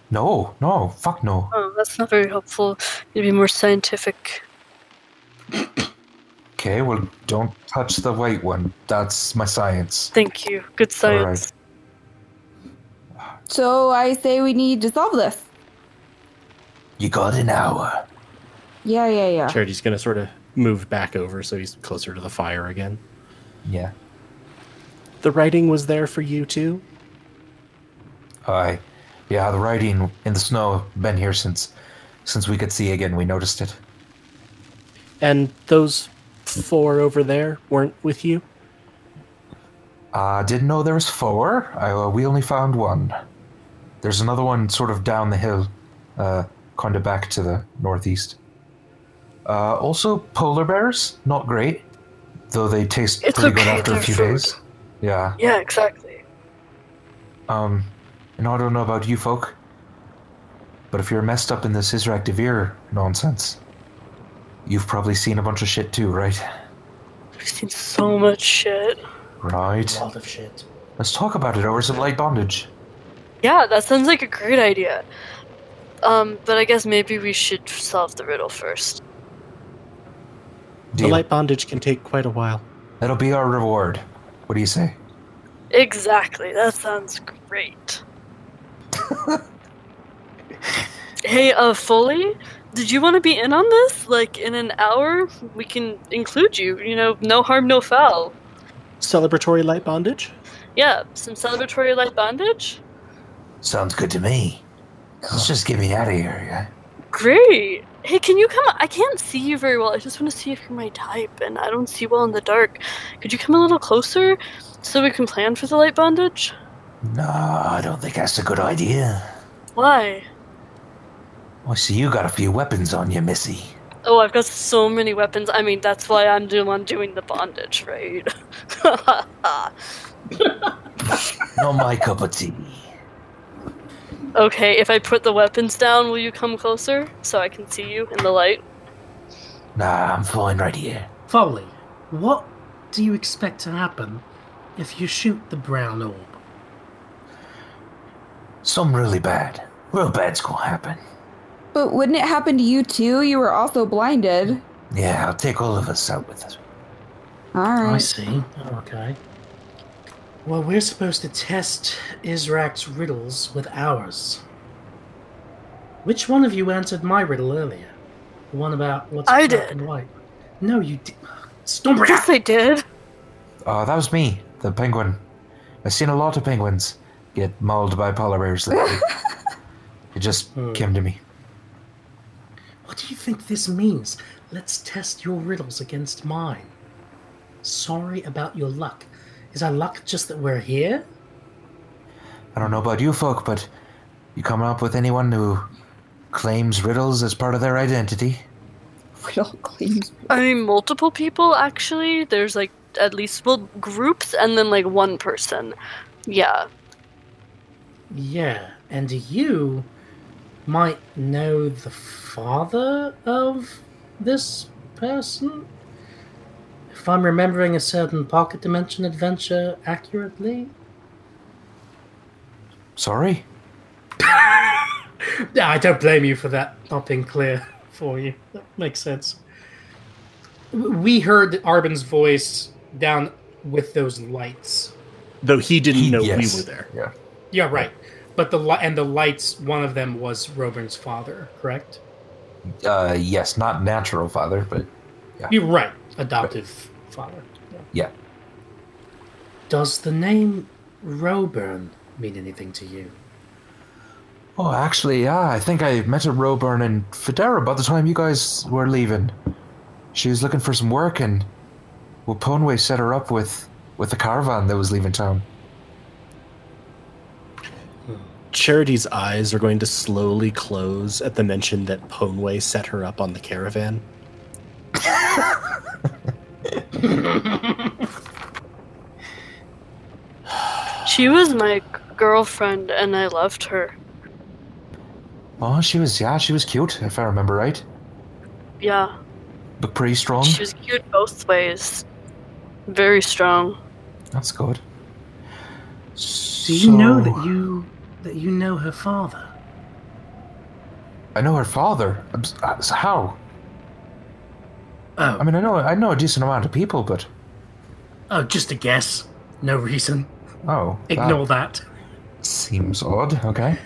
Speaker 2: No, no, fuck no.
Speaker 6: Oh, that's not very helpful. You'd be more scientific.
Speaker 2: Okay, well, don't touch the white one. That's my science.
Speaker 6: Thank you. Good science.
Speaker 4: So I say we need to solve this.
Speaker 2: You got an hour.
Speaker 4: Yeah, yeah, yeah.
Speaker 5: Charity's gonna sort of move back over so he's closer to the fire again.
Speaker 2: Yeah.
Speaker 5: The writing was there for you too.
Speaker 2: I, yeah, the writing in the snow been here since, since we could see again. We noticed it.
Speaker 5: And those four over there weren't with you?
Speaker 2: Uh, didn't know there was four. I, uh, we only found one. There's another one sort of down the hill, uh, kind of back to the northeast. Uh, also, polar bears, not great, though they taste
Speaker 6: It's
Speaker 2: pretty good
Speaker 6: okay,
Speaker 2: after a
Speaker 6: they're
Speaker 2: few
Speaker 6: food.
Speaker 2: days. Yeah.
Speaker 6: Yeah, exactly.
Speaker 2: Um, and I don't know about you folk, but if you're messed up in this Israk Devere nonsense, you've probably seen a bunch of shit too, right?
Speaker 6: I've seen so much shit.
Speaker 2: Right.
Speaker 1: World of shit.
Speaker 2: Let's talk about it, or is it light bondage?
Speaker 6: Yeah, that sounds like a great idea. Um, but I guess maybe we should solve the riddle first.
Speaker 5: The
Speaker 2: Deal.
Speaker 5: light bondage can take quite a while.
Speaker 2: That'll be our reward. What do you say?
Speaker 6: Exactly. That sounds great. hey, uh, Foley, did you want to be in on this? Like, in an hour, we can include you. You know, no harm, no foul.
Speaker 5: Celebratory light bondage?
Speaker 6: Yeah, some celebratory light bondage?
Speaker 2: Sounds good to me. Let's just get me out of here, yeah?
Speaker 6: Great. Hey, can you come? I can't see you very well. I just want to see if you're my type, and I don't see well in the dark. Could you come a little closer so we can plan for the light bondage?
Speaker 2: No, I don't think that's a good idea.
Speaker 6: Why?
Speaker 2: I see you got a few weapons on you, Missy.
Speaker 6: Oh, I've got so many weapons. I mean, that's why I'm doing I'm doing the bondage, right?
Speaker 2: Not my cup of tea.
Speaker 6: okay, if I put the weapons down, will you come closer so I can see you in the light?
Speaker 2: Nah, I'm fine right here.
Speaker 1: Foley, what do you expect to happen if you shoot the brown orb?
Speaker 2: Something really bad. Real bad's gonna happen.
Speaker 4: But wouldn't it happen to you too? You were also blinded.
Speaker 2: Yeah, I'll take all of us out with it.
Speaker 4: All right.
Speaker 1: I see. Okay. Well, we're supposed to test Israq's riddles with ours. Which one of you answered my riddle earlier? The one about what's
Speaker 6: I
Speaker 1: black
Speaker 6: did.
Speaker 1: and white. No, you did. Stormbringer.
Speaker 6: Yes, I did.
Speaker 2: Uh, that was me, the penguin. I've seen a lot of penguins get mauled by polar bears lately. it just
Speaker 1: Hmm.
Speaker 2: came to me.
Speaker 1: What do you think this means? Let's test your riddles against mine. Sorry about your luck. Is our luck just that we're here?
Speaker 2: I don't know about you folk, but you coming up with anyone who claims riddles as part of their identity?
Speaker 4: Riddle claims.
Speaker 6: I mean, multiple people actually. There's like at least well groups, and then like one person. Yeah.
Speaker 1: Yeah, and you might know the father of this person? If I'm remembering a certain pocket dimension adventure accurately?
Speaker 2: Sorry?
Speaker 1: Yeah, I don't blame you for that not being clear for you. That makes sense. W- We heard Arben's voice down with those lights.
Speaker 5: Though he didn't
Speaker 2: He-
Speaker 5: know
Speaker 2: yes.
Speaker 5: we were there.
Speaker 2: Yeah.
Speaker 1: Yeah, right. But the li- and the lights, one of them was Robin's father, correct?
Speaker 2: Uh, yes, not natural father, but
Speaker 1: You're right. Adoptive father.
Speaker 2: Yeah.
Speaker 1: Does the name Roburn mean anything to you?
Speaker 2: Oh, actually, yeah. I think I met a Roburn in Federa by the time you guys were leaving. She was looking for some work, and well, Ponway set her up with with a caravan that was leaving town.
Speaker 5: Charity's eyes are going to slowly close at the mention that Ponway set her up on the caravan.
Speaker 6: She was my g- girlfriend and I loved her.
Speaker 2: Oh, she was yeah, she was cute if I remember right.
Speaker 6: Yeah.
Speaker 2: But pretty strong.
Speaker 6: She was cute both ways. Very strong.
Speaker 2: That's good.
Speaker 1: Do you know that you that you know her father?
Speaker 2: I know her father. I'm s- uh, so How?
Speaker 1: Oh,
Speaker 2: I mean, I know I know a decent amount of people, but
Speaker 1: oh, just a guess. No reason.
Speaker 2: oh, that
Speaker 1: Ignore that.
Speaker 2: seems odd. Okay.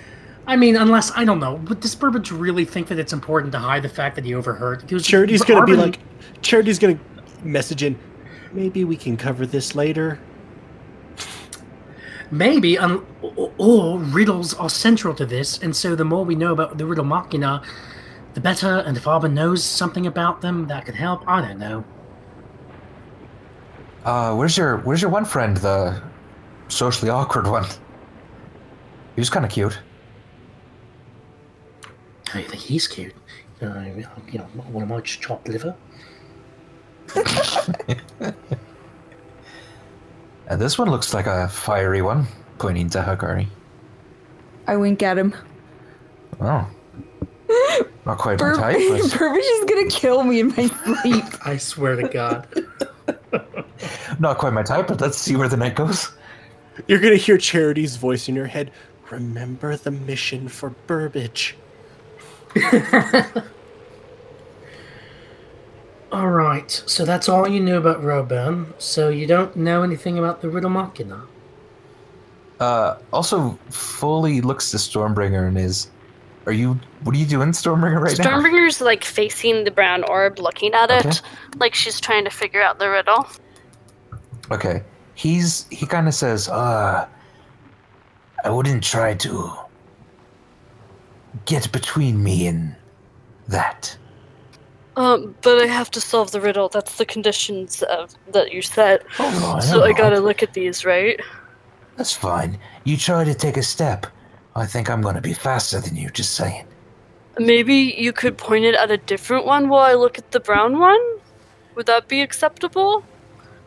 Speaker 1: I mean, unless I don't know. Would this Burbage really think that it's important to hide the fact that he overheard? He was-
Speaker 5: Charity's gonna be
Speaker 1: Arbin-
Speaker 5: like, Charity's gonna message in. Maybe we can cover this later.
Speaker 1: maybe, un- or, or riddles are central to this, and so the more we know about the riddle machina, the better. And if Arbor knows something about them, that could help. I don't know.
Speaker 2: Uh, where's your where's your one friend, the socially awkward one? He was kind of cute.
Speaker 1: I think he's cute. Uh, you know, what am I, just chopped liver?
Speaker 2: Uh, this one looks like a fiery one, pointing to Hakari.
Speaker 4: I wink at him.
Speaker 2: Oh, not quite my
Speaker 4: Bur-
Speaker 2: type. But...
Speaker 4: Burbage is gonna kill me in my sleep.
Speaker 1: I swear to God.
Speaker 2: Not quite my type, but let's see where the night goes.
Speaker 5: You're gonna hear Charity's voice in your head. Remember the mission for Burbage.
Speaker 1: all right, so that's all you knew about Roburn. So you don't know anything about the riddle machina.
Speaker 2: Uh, also, fully looks to Stormbringer and is, are you? What are you doing, Stormbringer, right now?
Speaker 3: Stormbringer's like facing the brown orb, looking at it,
Speaker 2: Okay.
Speaker 3: like she's trying to figure out the riddle.
Speaker 2: Okay, he's he kind of says, "Uh, I wouldn't try to get between me and that."
Speaker 6: Um, but I have to solve the riddle. That's the conditions of that you set.
Speaker 2: Oh,
Speaker 6: so I
Speaker 2: know.
Speaker 6: gotta look at these, right?
Speaker 2: That's fine. You try to take a step. I think I'm gonna be faster than you. Just saying.
Speaker 6: Maybe you could point it at a different one while I look at the brown one? Would that be acceptable?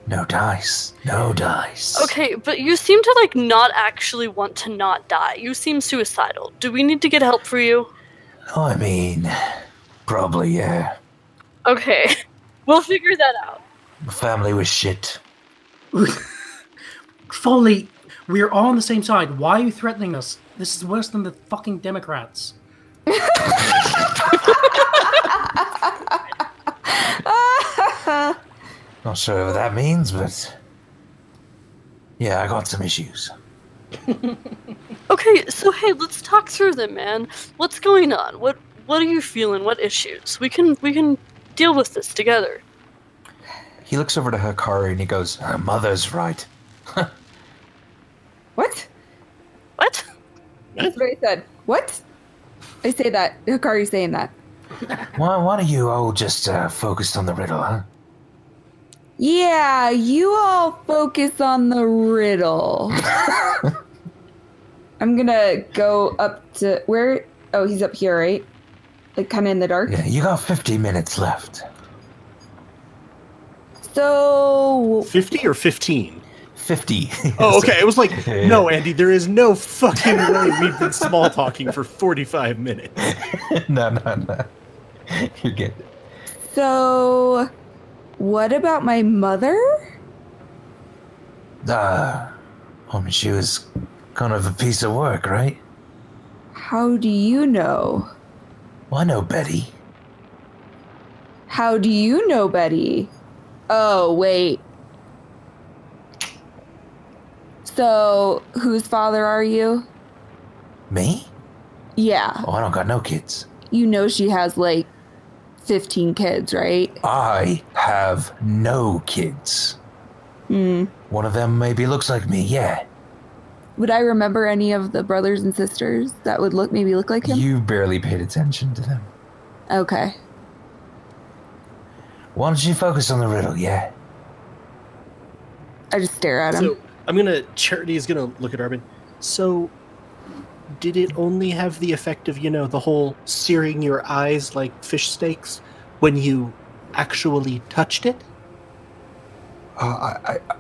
Speaker 2: No dice. No dice.
Speaker 6: Okay, but you seem to like not actually want to not die. You seem suicidal. Do we need to get help for you?
Speaker 2: I mean, probably yeah.
Speaker 6: Okay. We'll figure that out.
Speaker 2: My family was shit.
Speaker 1: Foley, we are all on the same side. Why are you threatening us? This is worse than the fucking Democrats.
Speaker 2: Not sure what that means, but yeah, I got some issues.
Speaker 6: Okay, so hey, let's talk through them, man. What's going on? What what are you feeling? What issues? We can we can deal with this together.
Speaker 2: He looks over to Hikari and he goes, "Her mother's right."
Speaker 4: what?
Speaker 6: What?
Speaker 4: That's what I said. What? I say that. Hikari's saying that.
Speaker 2: Why? Why don't you all just uh, focused on the riddle, huh?
Speaker 4: Yeah, you all focus on the riddle. I'm gonna go up to where? Oh, he's up here, right? Like kind of in the dark.
Speaker 2: Yeah, you got 50 minutes left.
Speaker 4: So
Speaker 5: Fifty or fifteen?
Speaker 2: 50.
Speaker 5: Oh, okay. It was like,
Speaker 2: Yeah.
Speaker 5: no, Andy, there is no fucking way we've been small talking for forty-five minutes.
Speaker 2: no, no, no. You're good.
Speaker 4: So, what about my mother?
Speaker 2: Uh, I mean, she was kind of a piece of work, right?
Speaker 4: How do you know?
Speaker 2: Well, I know Betty.
Speaker 4: How do you know Betty? Oh, wait. So, whose father are you?
Speaker 2: Me?
Speaker 4: Yeah,
Speaker 2: Oh, I don't got no kids.
Speaker 4: you know she has like 15 kids, right?
Speaker 2: I have no kids.
Speaker 4: Hmm.
Speaker 2: One of them maybe looks like me, yeah.
Speaker 4: Would I remember any of the brothers and sisters that would look maybe look like him?
Speaker 2: You barely paid attention to them.
Speaker 4: okay.
Speaker 2: Why don't you focus on the riddle, yeah?
Speaker 4: I just stare at him.
Speaker 5: So I'm gonna. Charity is gonna look at Arbin. So, did it only have the effect of you know the whole searing your eyes like fish steaks when you actually touched it?
Speaker 2: Uh, I, I,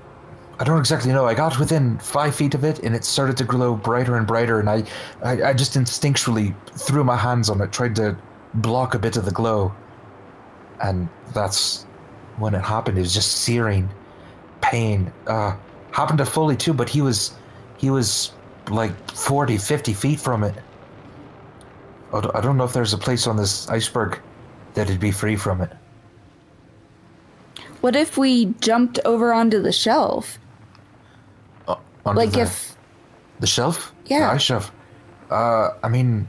Speaker 2: I don't exactly know. I got within five feet of it, and it started to glow brighter and brighter, and I, I, I just instinctually threw my hands on it, tried to block a bit of the glow, and that's when it happened. It was just searing pain. Uh, happened to Foley too, but he was, he was like 40, 50 feet from it. I don't- I don't know if there's a place on this iceberg that'd be free from it.
Speaker 4: What if we jumped over onto the shelf?
Speaker 2: Onto
Speaker 4: like
Speaker 2: the-
Speaker 4: if
Speaker 2: The shelf?
Speaker 4: Yeah.
Speaker 2: The ice shelf. Uh, I mean,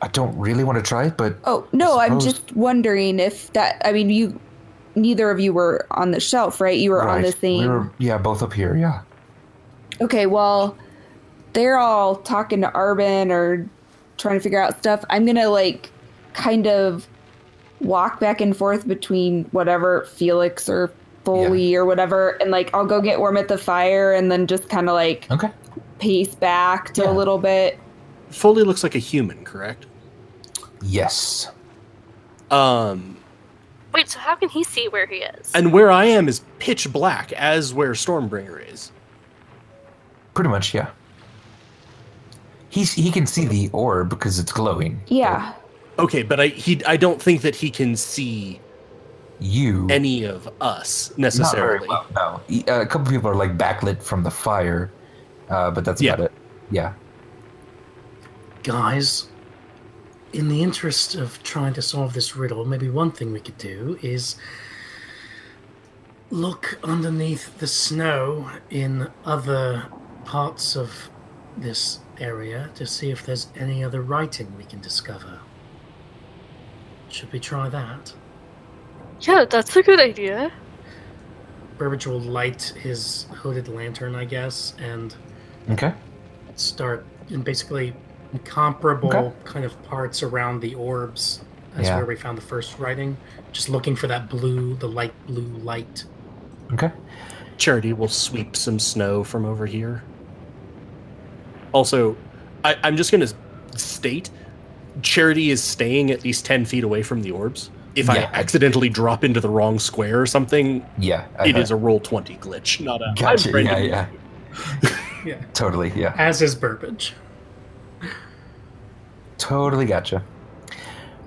Speaker 2: I don't really want to try it, but
Speaker 4: Oh, no, I'm
Speaker 2: suppose-
Speaker 4: just wondering if that I mean you neither of you were on the shelf, right? You were on the same
Speaker 2: We were, yeah, both up here. Yeah.
Speaker 4: Okay, well, they're all talking to Arbin or trying to figure out stuff. I'm gonna like kind of walk back and forth between whatever Felix or Foley or whatever, and like I'll go get warm at the fire and then just kind of like
Speaker 2: Okay.
Speaker 4: pace back to
Speaker 5: Yeah.
Speaker 4: a little bit.
Speaker 5: Foley looks like a human, correct?
Speaker 2: Yes.
Speaker 5: Um,
Speaker 3: Wait, so how can he see where he is?
Speaker 5: and where I am is pitch black, as where Stormbringer is.
Speaker 2: Pretty much. Yeah. He's he can see the orb because it's glowing.
Speaker 4: Yeah,
Speaker 5: Okay, but I he I don't think that he can see
Speaker 2: You.
Speaker 5: any of us
Speaker 2: not very
Speaker 5: necessarily.
Speaker 2: well, no. He- uh, a couple people are like backlit from the fire, uh, but that's
Speaker 5: Yeah.
Speaker 2: about it. Yeah.
Speaker 1: Guys, in the interest of trying to solve this riddle, maybe one thing we could do is look underneath the snow in other parts of this area to see if there's any other writing we can discover. Should we try that?
Speaker 6: Yeah, that's a good idea.
Speaker 1: Burbage will light his hooded lantern, I guess, and
Speaker 2: Okay.
Speaker 1: start in basically comparable
Speaker 2: Okay.
Speaker 1: kind of parts around the orbs as
Speaker 2: Yeah.
Speaker 1: where we found the first writing. Just looking for that blue, the light blue light.
Speaker 2: Okay.
Speaker 5: Charity will sweep some snow from over here. Also, I, I'm just gonna state Charity is staying at least ten feet away from the orbs. If I
Speaker 2: Yeah.
Speaker 5: accidentally drop into the wrong square or something,
Speaker 2: Yeah. Uh, I-
Speaker 5: it is a roll twenty glitch, not a. I'm
Speaker 2: Uh-huh. Gotcha.
Speaker 5: trying to-
Speaker 2: Yeah. Yeah.
Speaker 1: Yeah.
Speaker 2: Totally. Yeah.
Speaker 1: As is Burbage.
Speaker 2: Totally gotcha.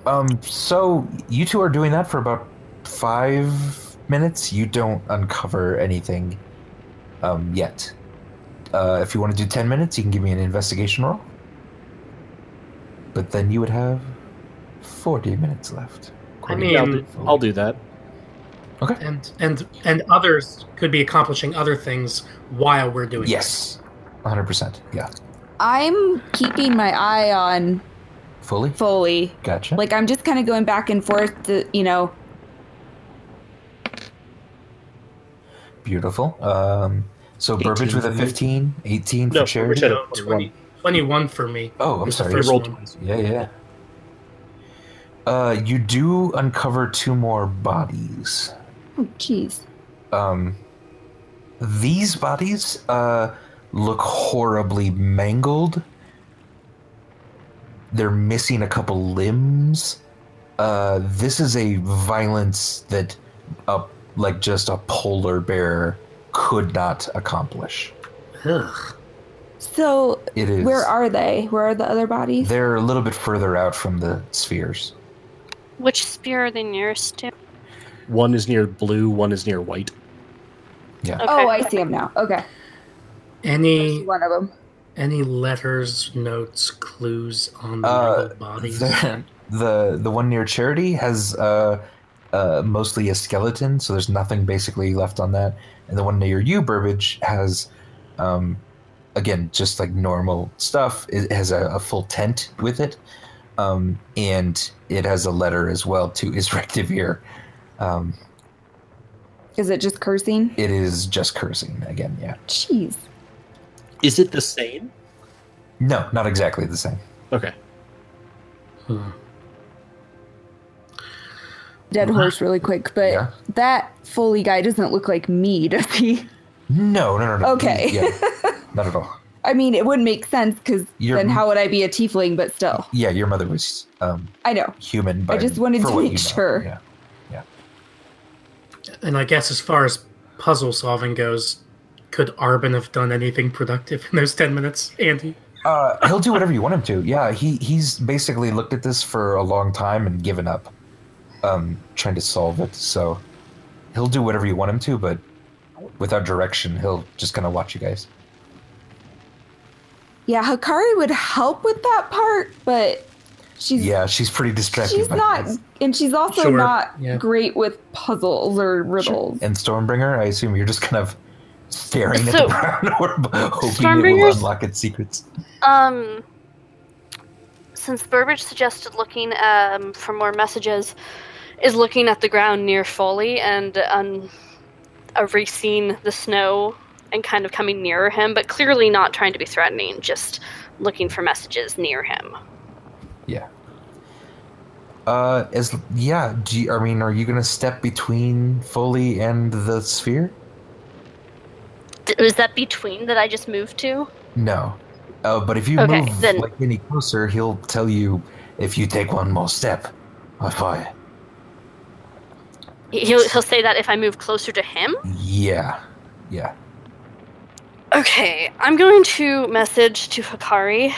Speaker 2: Um, so you two are doing that for about five minutes. You don't uncover anything um, yet. Uh, if you want to do ten minutes, you can give me an investigation roll. But then you would have forty minutes left.
Speaker 1: I
Speaker 2: Corey.
Speaker 1: mean,
Speaker 5: I'll do, I'll do that.
Speaker 1: and and and others could be accomplishing other things while we're doing.
Speaker 2: yes, one hundred percent. Yeah,
Speaker 4: I'm keeping my eye on
Speaker 2: fully.
Speaker 4: Foley.
Speaker 2: Gotcha.
Speaker 4: Like I'm just kind of going back and forth. To, you know,
Speaker 2: Beautiful. Um, so
Speaker 5: 18
Speaker 2: Burbage with a
Speaker 5: for me.
Speaker 2: 15, 18 for
Speaker 5: No,
Speaker 2: charity.
Speaker 5: Burbage had a
Speaker 1: it. 20, 21 for me.
Speaker 2: Oh, I'm
Speaker 1: was the
Speaker 2: sorry.
Speaker 1: first
Speaker 5: rolled
Speaker 1: one.
Speaker 2: Yeah, yeah. Uh, you do uncover two more bodies.
Speaker 4: oh jeez.
Speaker 2: Um, these bodies uh, look horribly mangled. They're missing a couple limbs. Uh, this is a violence that, a, like, just a polar bear could not accomplish.
Speaker 1: Ugh.
Speaker 4: So
Speaker 2: It is.
Speaker 4: where are they? Where are the other bodies?
Speaker 2: They're a little bit further out from the spheres.
Speaker 3: Which spear are they nearest to?
Speaker 5: One is near blue, one is near white.
Speaker 4: Oh, I see them now. Okay,
Speaker 1: Any
Speaker 4: one of them.
Speaker 1: any letters, notes, clues on the
Speaker 2: Uh,
Speaker 1: mangled bodies?
Speaker 2: the the the one near charity has uh, uh, mostly a skeleton, so there's nothing basically left on that. And the one near you, Burbage, has um, again just like normal stuff. It has a, a full tent with it, um, and it has a letter as well to his rectivier. Um,
Speaker 4: Is it just cursing?
Speaker 2: it is just cursing again. Yeah,
Speaker 4: Jeez.
Speaker 5: Is it the same?
Speaker 2: no, not exactly the same.
Speaker 5: Okay.
Speaker 1: Hmm.
Speaker 4: Dead horse really quick, but
Speaker 2: Uh-huh. Yeah.
Speaker 4: that Foley guy doesn't look like me, does he?
Speaker 2: No, no, no, no.
Speaker 4: Okay.
Speaker 2: Yeah, not at all.
Speaker 4: I mean, it wouldn't make sense because
Speaker 2: You're-
Speaker 4: then how would I be a tiefling, but still.
Speaker 2: Yeah, your mother was um,
Speaker 4: I know.
Speaker 2: human. But
Speaker 4: just wanted
Speaker 2: for
Speaker 4: to
Speaker 2: what
Speaker 4: make
Speaker 2: you know,
Speaker 4: sure.
Speaker 2: Yeah.
Speaker 1: And I guess as far as puzzle solving goes, Could Arbin have done anything productive in those 10 minutes, Andy?
Speaker 2: Uh, he'll do whatever you want him to. Yeah, he he's basically looked at this for a long time and given up, um, trying to solve it. So he'll do whatever you want him to, but without direction, he'll just kind of watch you guys.
Speaker 4: Yeah, Hikari would help with that part, but she's
Speaker 2: Yeah, she's pretty distracted.
Speaker 4: she's
Speaker 2: by
Speaker 4: not,
Speaker 2: this.
Speaker 4: and she's also
Speaker 1: Sure,
Speaker 4: not
Speaker 1: yeah.
Speaker 4: great with puzzles or riddles.
Speaker 2: And Stormbringer, I assume you're just kind of staring at the
Speaker 3: So-
Speaker 2: brown orb, hoping it will
Speaker 3: Stormbringer's-
Speaker 2: unlock its secrets.
Speaker 3: Um, since Burbage suggested looking um, for more messages, is looking at the ground near Foley and um, erasing the snow and kind of coming nearer him, but clearly not trying to be threatening, just looking for messages near him.
Speaker 2: Uh, as yeah, do you, I mean, are you gonna step between Foley and the sphere?
Speaker 3: Th- Was that between that I just moved to?
Speaker 2: No. Uh, but if you
Speaker 3: Okay,
Speaker 2: move
Speaker 3: then-
Speaker 2: like any closer, he'll tell you if you take one more step. Uh, I fire.
Speaker 3: He- He'll, he'll say that if I move closer to him?
Speaker 2: Yeah, yeah.
Speaker 3: Okay, I'm going to message to Hikari.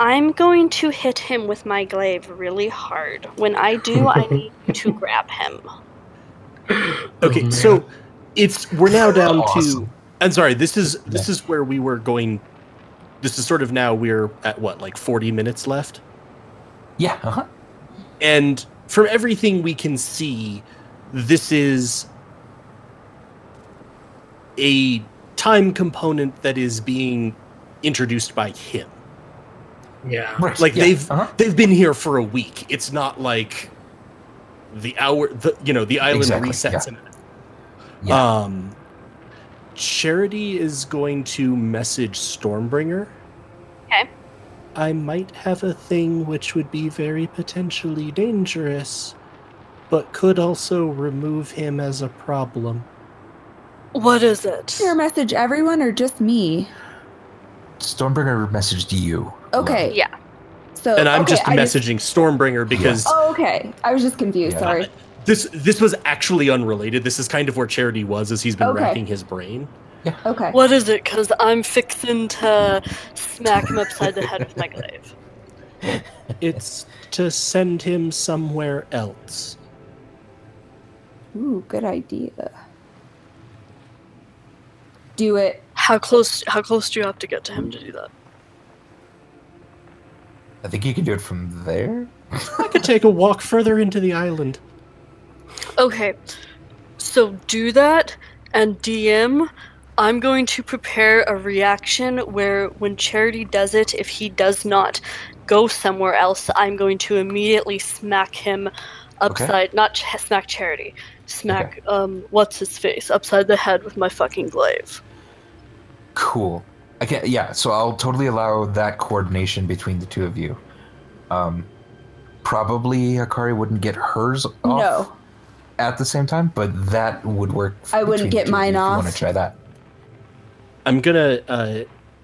Speaker 3: I'm going to hit him with my glaive really hard. When I do, I need to grab him.
Speaker 5: Okay,
Speaker 1: Oh, man.
Speaker 5: so it's we're now down
Speaker 2: Mm-hmm. Awesome.
Speaker 5: to. I'm sorry. This is this is where we were going. This is sort of now we're at what like 40 minutes left,
Speaker 2: Yeah, uh-huh.
Speaker 5: and from everything we can see, this is a time component that is being introduced by him.
Speaker 1: Yeah.
Speaker 2: Right.
Speaker 5: Like,
Speaker 2: yeah,
Speaker 5: they've-
Speaker 2: uh-huh.
Speaker 5: They've been here for a week. It's not like the hour. The you know the island
Speaker 2: Exactly,
Speaker 5: resets. in
Speaker 2: Yeah.
Speaker 5: Um, Charity is going to message Stormbringer.
Speaker 3: Okay.
Speaker 5: I might have a thing which would be very potentially dangerous, but could also remove him as a problem.
Speaker 6: What is it?
Speaker 4: Your message everyone or just me?
Speaker 2: Stormbringer messaged you.
Speaker 4: Okay.
Speaker 2: Lily.
Speaker 3: Yeah.
Speaker 4: So
Speaker 5: and I'm
Speaker 4: okay,
Speaker 5: just
Speaker 4: I
Speaker 5: messaging Stormbringer because
Speaker 4: oh, okay. I was just confused.
Speaker 2: Yeah.
Speaker 4: Sorry.
Speaker 5: this this was actually unrelated. This is kind of where Charity was as he's been
Speaker 4: Okay.
Speaker 5: racking his brain.
Speaker 4: Okay.
Speaker 6: What is it? Because I'm fixing to smack him upside the head with my glaive.
Speaker 5: It's to send him somewhere else.
Speaker 4: Ooh, good idea. Do it.
Speaker 6: How close? How close do you have to get to him to do that?
Speaker 2: I think you can do it from there.
Speaker 5: I could take a walk further into the island.
Speaker 6: Okay, so do that and DM. I'm going to prepare a reaction where, when Charity does it, if he does not go somewhere else, I'm going to immediately smack him upside, not ch- smack Charity, smack, um, what's his face, upside the head with my fucking glaive.
Speaker 2: Cool. I can yeah, so I'll totally allow that coordination between the two of you. Um probably Hakari wouldn't get hers off
Speaker 4: No.
Speaker 2: at the same time, but that would work.
Speaker 4: I wouldn't
Speaker 2: between the
Speaker 4: get
Speaker 2: two of you if
Speaker 4: mine
Speaker 2: You
Speaker 4: off.
Speaker 2: want to try that?
Speaker 5: I'm gonna uh,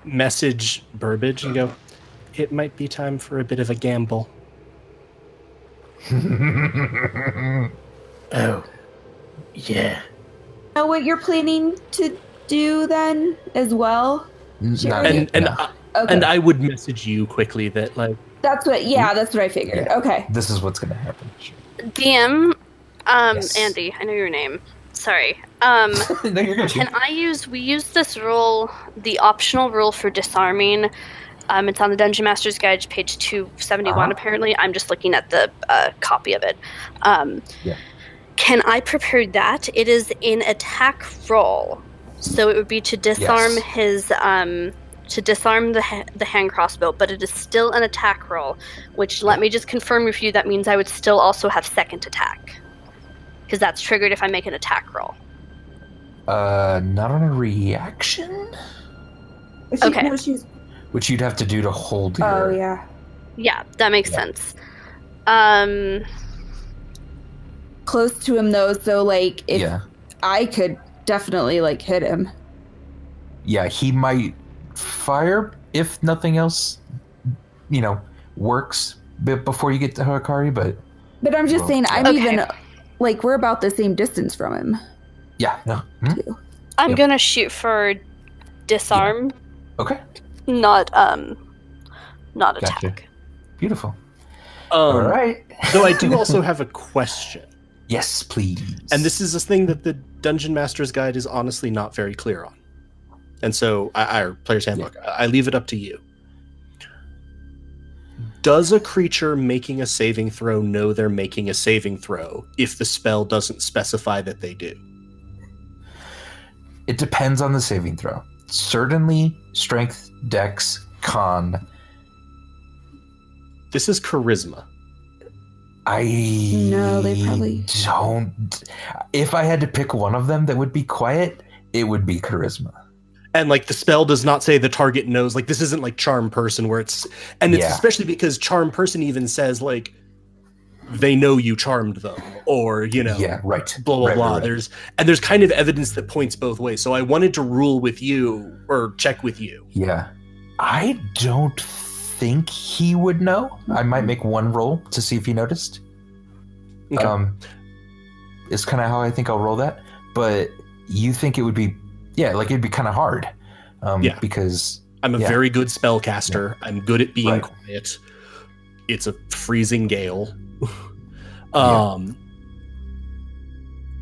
Speaker 5: message Burbage and go. It might be time for a bit of a gamble.
Speaker 1: Oh. Yeah.
Speaker 4: Know what you're planning to do then as well? Sure.
Speaker 2: Not
Speaker 5: And
Speaker 2: yet,
Speaker 5: and
Speaker 2: no.
Speaker 5: I,
Speaker 4: Okay.
Speaker 5: and I would message you quickly that like
Speaker 4: that's what. Yeah, that's what I figured. Okay.
Speaker 2: this is what's going to happen. Sure.
Speaker 3: DM, um,
Speaker 2: Yes.
Speaker 3: Andy, I know your name. Sorry. Um,
Speaker 2: no, you're good.
Speaker 3: can I use, we use this rule, the optional rule for disarming. Um, it's on the Dungeon Master's Guide, page 271,
Speaker 2: Uh-huh.
Speaker 3: apparently. I'm just looking at the uh, copy of it. Um,
Speaker 2: Yeah.
Speaker 3: Can I prepare that? It is an attack roll. So it would be to disarm
Speaker 2: Yes.
Speaker 3: his. Um, to disarm the, ha- the hand crossbow, but it is still an attack roll, which let me just confirm with you that means I would still also have second attack. Because that's triggered if I make an attack roll.
Speaker 2: Uh, not on a reaction,
Speaker 4: She-
Speaker 3: Okay.
Speaker 4: no, she's-
Speaker 2: which you'd have to do to hold
Speaker 4: oh
Speaker 2: your.
Speaker 4: yeah.
Speaker 3: Yeah, that makes
Speaker 2: Yeah.
Speaker 3: sense. Um,
Speaker 4: Close to him though, so like if
Speaker 2: yeah,
Speaker 4: I could definitely like hit him.
Speaker 2: yeah. He might fire if nothing else, you know, works b- before you get to Hikari. But
Speaker 4: But I'm just
Speaker 2: Well,
Speaker 4: saying, I'm
Speaker 3: Okay.
Speaker 4: even like we're about the same distance from him.
Speaker 2: yeah, no. Hmm?
Speaker 3: I'm
Speaker 2: Yep.
Speaker 3: gonna shoot for disarm,
Speaker 2: Okay.
Speaker 3: not um, not
Speaker 2: Gotcha.
Speaker 3: attack.
Speaker 2: Beautiful.
Speaker 5: Um,
Speaker 2: All right.
Speaker 5: though I do also have a question.
Speaker 2: yes, please.
Speaker 5: And this is a thing that the Dungeon Master's Guide is honestly not very clear on. And so, I, our player's handbook, I I leave it up to you. Does a creature making a saving throw know they're making a saving throw if the spell doesn't specify that they do?
Speaker 2: It depends on the saving throw. Certainly, strength, dex, con.
Speaker 5: This is charisma.
Speaker 2: I
Speaker 4: No, they probably-
Speaker 2: don't. If I had to pick one of them that would be quiet, it would be charisma.
Speaker 5: and like the spell does not say the target knows like this isn't like charm person where it's and it's
Speaker 2: Yeah.
Speaker 5: especially because charm person even says like they know you charmed them or you know
Speaker 2: Yeah, right.
Speaker 5: blah blah
Speaker 2: Right,
Speaker 5: blah
Speaker 2: right, right.
Speaker 5: there's and there's kind of evidence that points both ways so i wanted to rule with you or check with you
Speaker 2: Yeah. I don't think he would know. I might make one roll to see if he noticed.
Speaker 5: Okay.
Speaker 2: Um, it's kind of how I think I'll roll that. But you think it would be, yeah, like it'd be kind of hard. Um,
Speaker 5: Yeah.
Speaker 2: Because,
Speaker 5: i'm a
Speaker 2: yeah.
Speaker 5: very good spellcaster i'm good at being
Speaker 2: Right.
Speaker 5: quiet it's a freezing gale
Speaker 2: Yeah.
Speaker 5: um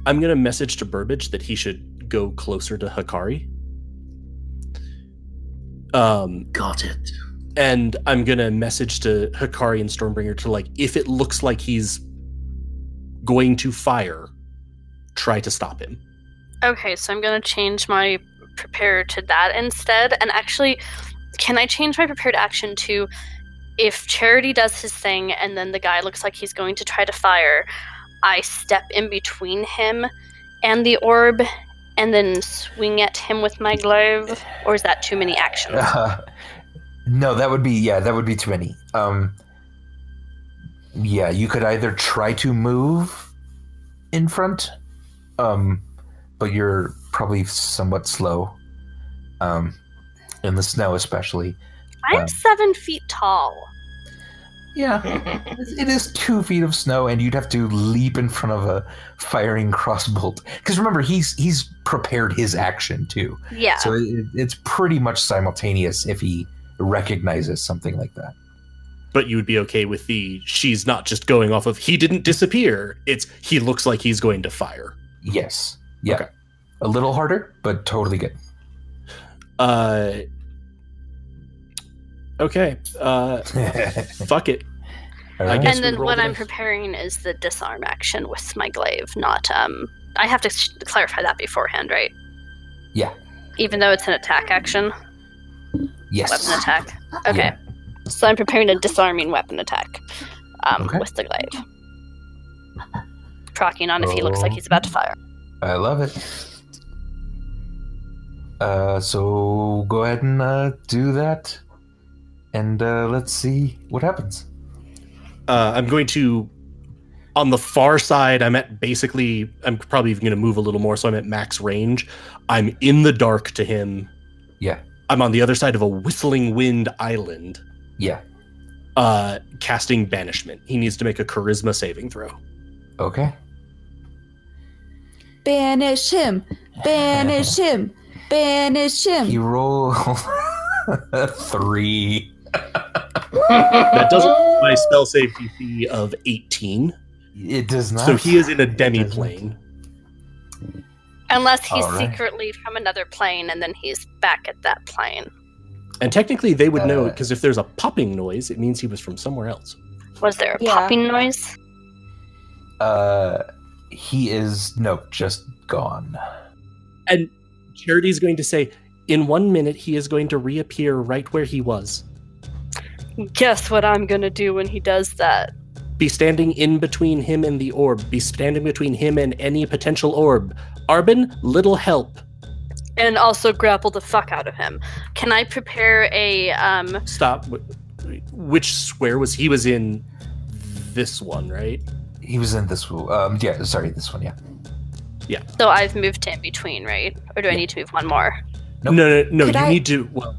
Speaker 5: i'm gonna message to burbage that he should go closer to hakari um
Speaker 1: Got it.
Speaker 5: and I'm gonna message to Hikari and Stormbringer to like if it looks like he's going to fire, try to stop him.
Speaker 6: Okay, so I'm gonna change my
Speaker 3: prepare to that instead. And actually, can I change my prepared action to if Charity does his thing and then the guy looks like he's going to try to fire, I step in between him and the orb and then swing at him with my glove? Or is that too many actions?
Speaker 2: no, that would be, yeah, that would be too many. Um, yeah, you could either try to move in front, um, but you're probably somewhat slow. Um, in the snow, especially.
Speaker 3: I'm seven feet tall.
Speaker 2: Yeah, It's- it is two feet of snow, and you'd have to leap in front of a firing crossbolt. Because remember, he's he's prepared his action too,
Speaker 3: Yeah.
Speaker 2: so it, it's pretty much simultaneous if he recognizes something like that.
Speaker 5: But you would be okay with the she's not just going off of he didn't disappear. It's he looks like he's going to fire.
Speaker 2: Yes, yeah,
Speaker 5: Okay.
Speaker 2: a little harder, but totally good.
Speaker 5: Uh Okay. Uh fuck it.
Speaker 2: All
Speaker 5: I
Speaker 2: right.
Speaker 5: guess
Speaker 3: and
Speaker 5: we
Speaker 3: then
Speaker 5: roll
Speaker 3: what
Speaker 5: the
Speaker 3: I'm
Speaker 5: dice.
Speaker 3: preparing is the disarm action with my glaive, not um. I have to sh- clarify that beforehand, right?
Speaker 2: Yeah.
Speaker 3: Even though it's an attack action,
Speaker 2: yes.
Speaker 3: weapon attack. Okay.
Speaker 2: Yeah.
Speaker 3: So I'm preparing a disarming weapon attack um,
Speaker 2: Okay.
Speaker 3: with the glaive. Crocking on if he looks like he's about to fire.
Speaker 2: I love it. Uh, so go ahead and uh, do that, and uh, let's see what happens.
Speaker 5: Uh, I'm going to on the far side, I'm at basically I'm probably even gonna move a little more, so I'm at max range. I'm in the dark to him.
Speaker 2: Yeah.
Speaker 5: I'm on the other side of a whistling wind island.
Speaker 2: Yeah.
Speaker 5: uh, casting banishment. He needs to make a charisma saving throw.
Speaker 2: Okay.
Speaker 4: Banish him. Banish him. Banish
Speaker 2: You
Speaker 4: him.
Speaker 2: roll a three.
Speaker 5: That doesn't
Speaker 2: Uh-huh.
Speaker 5: my spell save DC of 18.
Speaker 2: It does not.
Speaker 5: So he is in a
Speaker 2: It
Speaker 5: demi
Speaker 2: doesn't.
Speaker 5: plane.
Speaker 3: Unless he's
Speaker 2: All right.
Speaker 3: secretly from another plane and then he's back at that plane.
Speaker 5: And technically they would know
Speaker 2: Uh,
Speaker 5: because if there's a popping noise, it means he was from somewhere else.
Speaker 3: Was there a
Speaker 4: Yeah.
Speaker 3: popping noise?
Speaker 2: Uh, he is nope, just gone.
Speaker 5: And Charity's going to say, in one minute he is going to reappear right where he was.
Speaker 6: guess what I'm gonna do when he does that.
Speaker 5: Be standing in between him and the orb. Be standing between him and any potential orb. Arbin, little help.
Speaker 6: And also grapple the fuck out of him.
Speaker 3: Him. Can I prepare a um
Speaker 5: Stop. Which square was he was in this one, right?
Speaker 2: He was in this. one- Um, yeah, sorry, this one. Yeah.
Speaker 3: so I've moved to in between, right? Or do I
Speaker 2: Yeah.
Speaker 3: need to move one more?
Speaker 2: Nope.
Speaker 5: No, no, no.
Speaker 4: Could
Speaker 5: you
Speaker 4: I-
Speaker 5: need to. Well,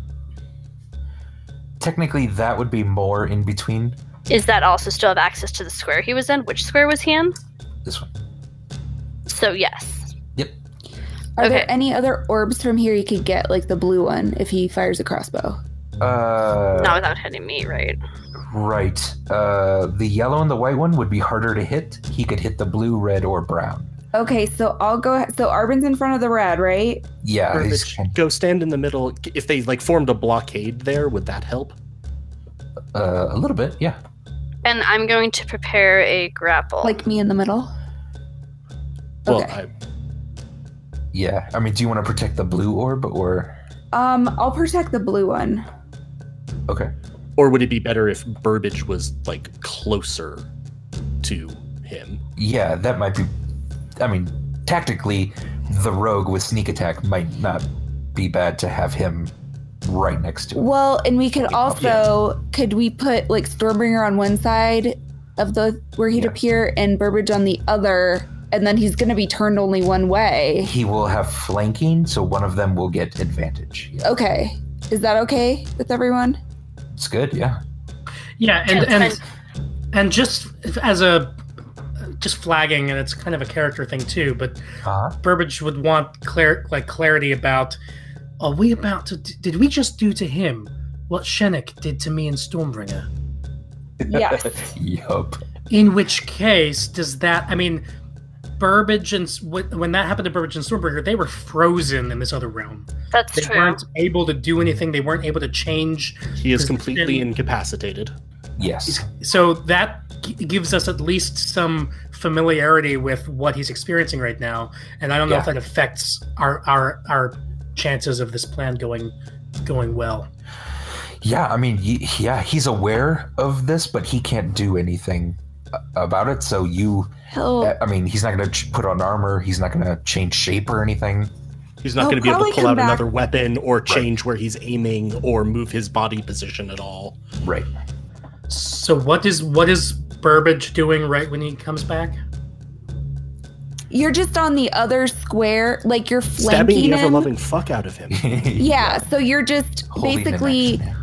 Speaker 2: Technically, that would be more in between
Speaker 3: Is that also still have access to the square he was in? Which square was he in?
Speaker 2: this one.
Speaker 3: So yes.
Speaker 2: Yep.
Speaker 4: Are
Speaker 3: Okay.
Speaker 4: there any other orbs from here you could get, like the blue one, if he fires a crossbow?
Speaker 2: Uh,
Speaker 3: Not without hitting me, right?
Speaker 2: Right. Uh, the yellow and the white one would be harder to hit. He could hit the blue, red, or brown.
Speaker 4: Okay, so I'll go. So Arbin's in front of the red, right?
Speaker 2: Yeah. he's-
Speaker 5: Burbage, go stand in the middle. If they like formed a blockade there, would that help?
Speaker 2: Uh, a little bit. Yeah.
Speaker 3: And I'm going to prepare a grapple.
Speaker 4: Like me in the middle.
Speaker 5: Well,
Speaker 4: Okay.
Speaker 5: I,
Speaker 2: Yeah. I mean, do you want to protect the blue orb or?
Speaker 4: Um, I'll protect the blue one.
Speaker 2: Okay.
Speaker 5: or would it be better if Burbage was like closer to him?
Speaker 2: Yeah, that might be. I mean, tactically, the rogue with sneak attack might not be bad to have him right next to him.
Speaker 4: Well, and we could also could we put like Stormbringer on one side of the where he'd
Speaker 2: Yeah.
Speaker 4: appear and Burbage on the other, and then he's gonna be turned only one way.
Speaker 2: He will have flanking, so one of them will get advantage. Yeah,
Speaker 4: Okay, is that okay with everyone?
Speaker 2: it's good. Yeah.
Speaker 1: Yeah, and
Speaker 3: Yeah,
Speaker 1: and and just as a just flagging, and it's kind of a character thing too. But
Speaker 2: Uh-huh.
Speaker 1: Burbage would want clar- like clarity about: Are we about to? Did we just do to him what Shenik did to me in Stormbringer?
Speaker 4: Yes.
Speaker 2: Yup.
Speaker 1: In which case, does that? I mean, Burbage and s- when when that happened to Burbage and Stormbringer, they were frozen in this other realm.
Speaker 3: That's
Speaker 1: They
Speaker 3: true.
Speaker 1: weren't able to do anything. They weren't able to change
Speaker 5: He is
Speaker 1: Position.
Speaker 5: completely incapacitated.
Speaker 2: Yes.
Speaker 1: so that g- gives us at least some familiarity with what he's experiencing right now and i don't know if
Speaker 2: Yeah.
Speaker 1: that affects our our our chances of this plan going going well
Speaker 2: Yeah. I mean, y- yeah, he's aware of this, but he can't do anything a- about it. So you,
Speaker 5: Uh,
Speaker 4: He'll,
Speaker 2: I mean, he's not going to put on armor. He's not going to change shape or anything.
Speaker 5: He's not
Speaker 4: He'll
Speaker 5: going to be able
Speaker 4: probably
Speaker 5: to pull
Speaker 4: come
Speaker 5: out
Speaker 4: back-
Speaker 5: another weapon or change where he's aiming or move his body position at all.
Speaker 2: Right.
Speaker 1: so what is what is burbage doing right when he comes back
Speaker 4: you're just on the other square, like you're
Speaker 5: Stabbing
Speaker 4: flanking
Speaker 5: the
Speaker 4: him.
Speaker 5: ever-loving fuck out of him.
Speaker 4: Yeah, so you're just
Speaker 2: Holding an
Speaker 4: basically
Speaker 2: action,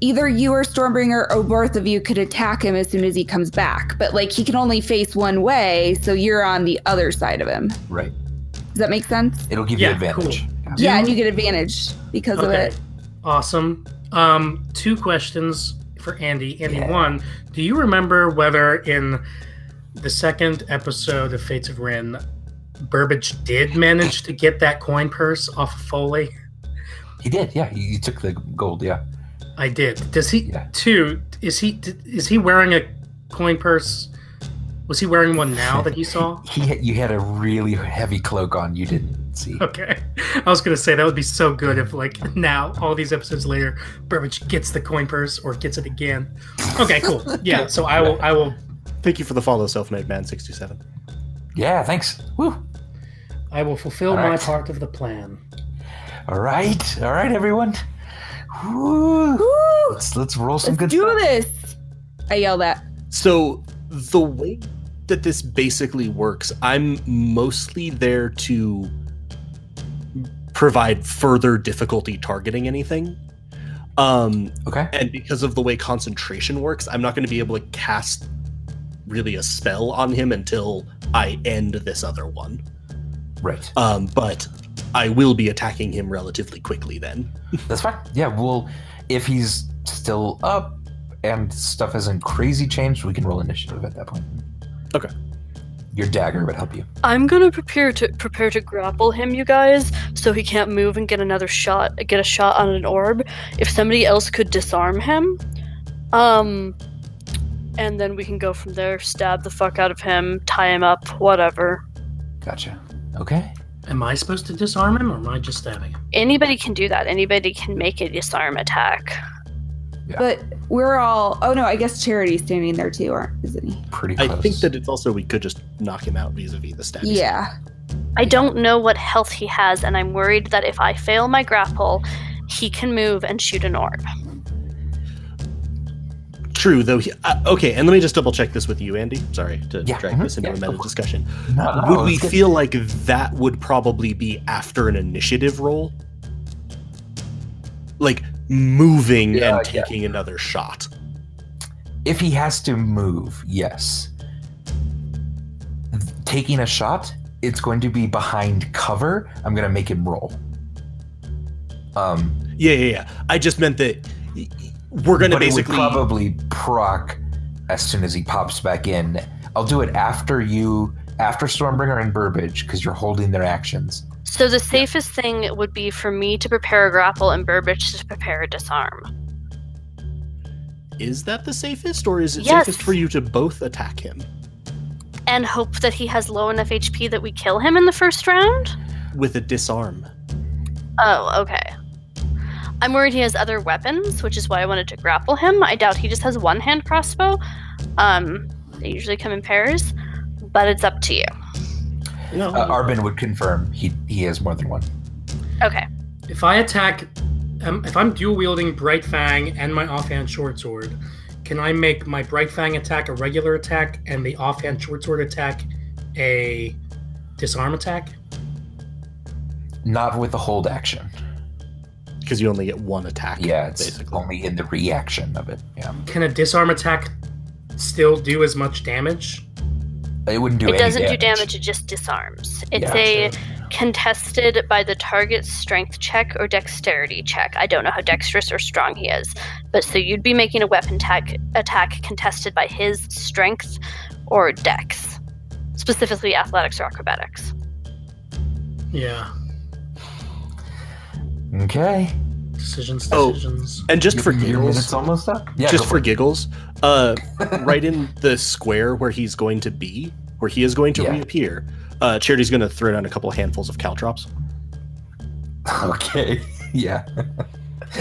Speaker 2: yeah.
Speaker 4: either you or Stormbringer or both of you could attack him as soon as he comes back, but like he can only face one way, so you're on the other side of him.
Speaker 2: Right.
Speaker 4: Does that make sense?
Speaker 2: It'll give
Speaker 1: Yeah,
Speaker 2: you advantage. Yeah.
Speaker 4: Yeah, and you get advantage because of it.
Speaker 1: awesome um two questions for andy andy
Speaker 2: Yeah.
Speaker 1: one do you remember whether in the second episode of fates of rin burbage did manage to get that coin purse off of foley
Speaker 2: He did. Yeah. He, he took the gold. Yeah.
Speaker 1: I did. Does he
Speaker 2: Yeah.
Speaker 1: too? Is he is he wearing a coin purse? Was he wearing one now that you saw?
Speaker 2: He had, you had a really heavy cloak on. You didn't see.
Speaker 1: Okay, I was gonna say that would be so good if like now all these episodes later, Burbage gets the coin purse or gets it again. Okay, cool. Yeah, so I will. I will.
Speaker 5: Thank you for the follow, self-made man 67.
Speaker 2: Yeah. Thanks. Woo.
Speaker 1: I will fulfill
Speaker 2: All
Speaker 1: my
Speaker 2: right.
Speaker 1: part of the plan.
Speaker 2: All right. All right, everyone. Woo.
Speaker 4: Woo!
Speaker 2: Let's let's roll some
Speaker 4: Let's
Speaker 2: good.
Speaker 4: do
Speaker 2: stuff.
Speaker 4: this! I yell that.
Speaker 5: So the way that this basically works, I'm mostly there to provide further difficulty targeting anything. Um,
Speaker 2: Okay.
Speaker 5: and because of the way concentration works, I'm not going to be able to cast really a spell on him until I end this other one.
Speaker 2: Right.
Speaker 5: Um, but I will be attacking him relatively quickly then.
Speaker 2: That's fine. Yeah. We'll if he's still up and stuff hasn't crazy changed, we can roll initiative at that point.
Speaker 5: Okay.
Speaker 2: Your dagger would help you.
Speaker 6: I'm gonna prepare to prepare to grapple him, you guys, so he can't move and get another shot, get a shot on an orb. If somebody else could disarm him, um, and then we can go from there. Stab the fuck out of him, tie him up, whatever.
Speaker 2: Gotcha. Okay.
Speaker 1: Am I supposed to disarm him or am I just stabbing him?
Speaker 3: Anybody can do that. Anybody can make a disarm attack.
Speaker 2: Yeah.
Speaker 4: But we're all oh no, I guess Charity's standing there too, aren't isn't he?
Speaker 2: Pretty
Speaker 5: I
Speaker 2: close.
Speaker 5: think that it's also we could just knock him out vis-a-vis the stats.
Speaker 4: Yeah.
Speaker 3: I don't know what health he has, and I'm worried that if I fail my grapple, he can move and shoot an orb.
Speaker 5: True, though. He, uh, okay, and let me just double check this with you, Andy. Sorry to
Speaker 2: Yeah,
Speaker 5: drag
Speaker 2: mhm,
Speaker 5: this into
Speaker 2: yeah,
Speaker 5: a
Speaker 2: of
Speaker 5: meta
Speaker 2: course.
Speaker 5: discussion.
Speaker 2: No, no,
Speaker 5: would we
Speaker 2: it's good.
Speaker 5: feel like that would probably be after an initiative roll? Like moving
Speaker 2: Yeah,
Speaker 5: and
Speaker 2: yeah.
Speaker 5: taking another shot.
Speaker 2: If he has to move, yes. Taking a shot it's going to be behind cover. I'm going to make him roll. Um,
Speaker 5: Yeah, yeah, yeah. I just meant that y- y- we're going to
Speaker 2: but it would
Speaker 5: basically.
Speaker 2: probably proc as soon as he pops back in. I'll do it after you, after Stormbringer and Burbage, because you're holding their actions.
Speaker 3: So the safest thing would be for me to prepare a grapple and Burbage to prepare a disarm.
Speaker 5: is that the safest, or is it
Speaker 3: Yes.
Speaker 5: safest for you to both attack him
Speaker 3: And hope that he has low enough HP that we kill him in the first round?
Speaker 5: with a disarm?
Speaker 3: Oh, okay. I'm worried he has other weapons, which is why I wanted to grapple him. I doubt he just has one hand crossbow. Um, they usually come in pairs, but it's up to you.
Speaker 5: No.
Speaker 2: Uh, Arbin would confirm he he has more than one.
Speaker 3: Okay.
Speaker 1: If I attack, um, if I'm dual wielding Bright Fang and my offhand short sword, can I make my Bright Fang attack a regular attack and the offhand short sword attack a disarm attack?
Speaker 2: Not with the hold action.
Speaker 5: because you only get one attack.
Speaker 2: Yeah, it's
Speaker 5: basically.
Speaker 2: only in the reaction of it. Yeah,
Speaker 1: Can a disarm attack still do as much damage?
Speaker 2: it wouldn't do.
Speaker 3: it
Speaker 2: any
Speaker 3: doesn't do damage, it just disarms. It's
Speaker 2: Yeah,
Speaker 3: a contested by the target's strength check or dexterity check. I don't know how dexterous or strong he is, but so you'd be making a weapon attack attack contested by his strength or dex, specifically athletics or acrobatics.
Speaker 1: Yeah.
Speaker 2: Okay,
Speaker 1: Decisions,
Speaker 5: Oh.
Speaker 1: decisions.
Speaker 5: And just for
Speaker 2: Your- your
Speaker 5: giggles,
Speaker 2: minute's almost up. Yeah,
Speaker 5: just
Speaker 2: go
Speaker 5: for giggles, uh, right in the square where he's going to be, where he is going to
Speaker 2: Yeah.
Speaker 5: reappear, uh, Charity's going to throw down a couple handfuls of caltrops.
Speaker 2: Okay. Yeah.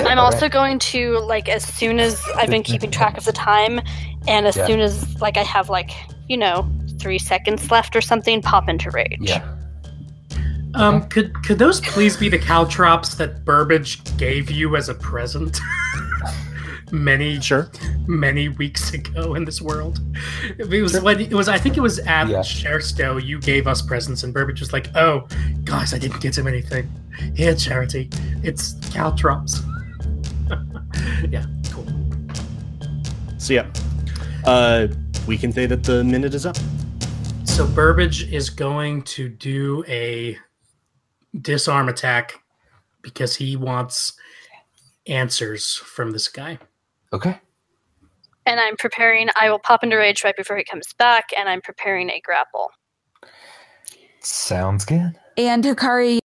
Speaker 3: I'm
Speaker 2: All
Speaker 3: also going to like as soon as I've been keeping track of the time, and as
Speaker 2: Yeah.
Speaker 3: soon as like I have like you know three seconds left or something, pop into rage.
Speaker 2: Yeah.
Speaker 1: Um, could could those please be the caltrops that Burbage gave you as a present many
Speaker 5: Sure.
Speaker 1: many weeks ago in this world? It was when it was I think it was at
Speaker 2: Yeah.
Speaker 1: Sherstow you gave us presents and Burbage was like, "Oh, guys, I didn't get him anything. Here, charity, it's caltrops." yeah, cool.
Speaker 5: So yeah, uh, we can say that the minute is up.
Speaker 1: So Burbage is going to do a disarm attack because he wants answers from this guy.
Speaker 2: Okay.
Speaker 3: And I'm preparing. I will pop into rage right before he comes back, and I'm preparing a grapple.
Speaker 2: Sounds good.
Speaker 4: And Hikari,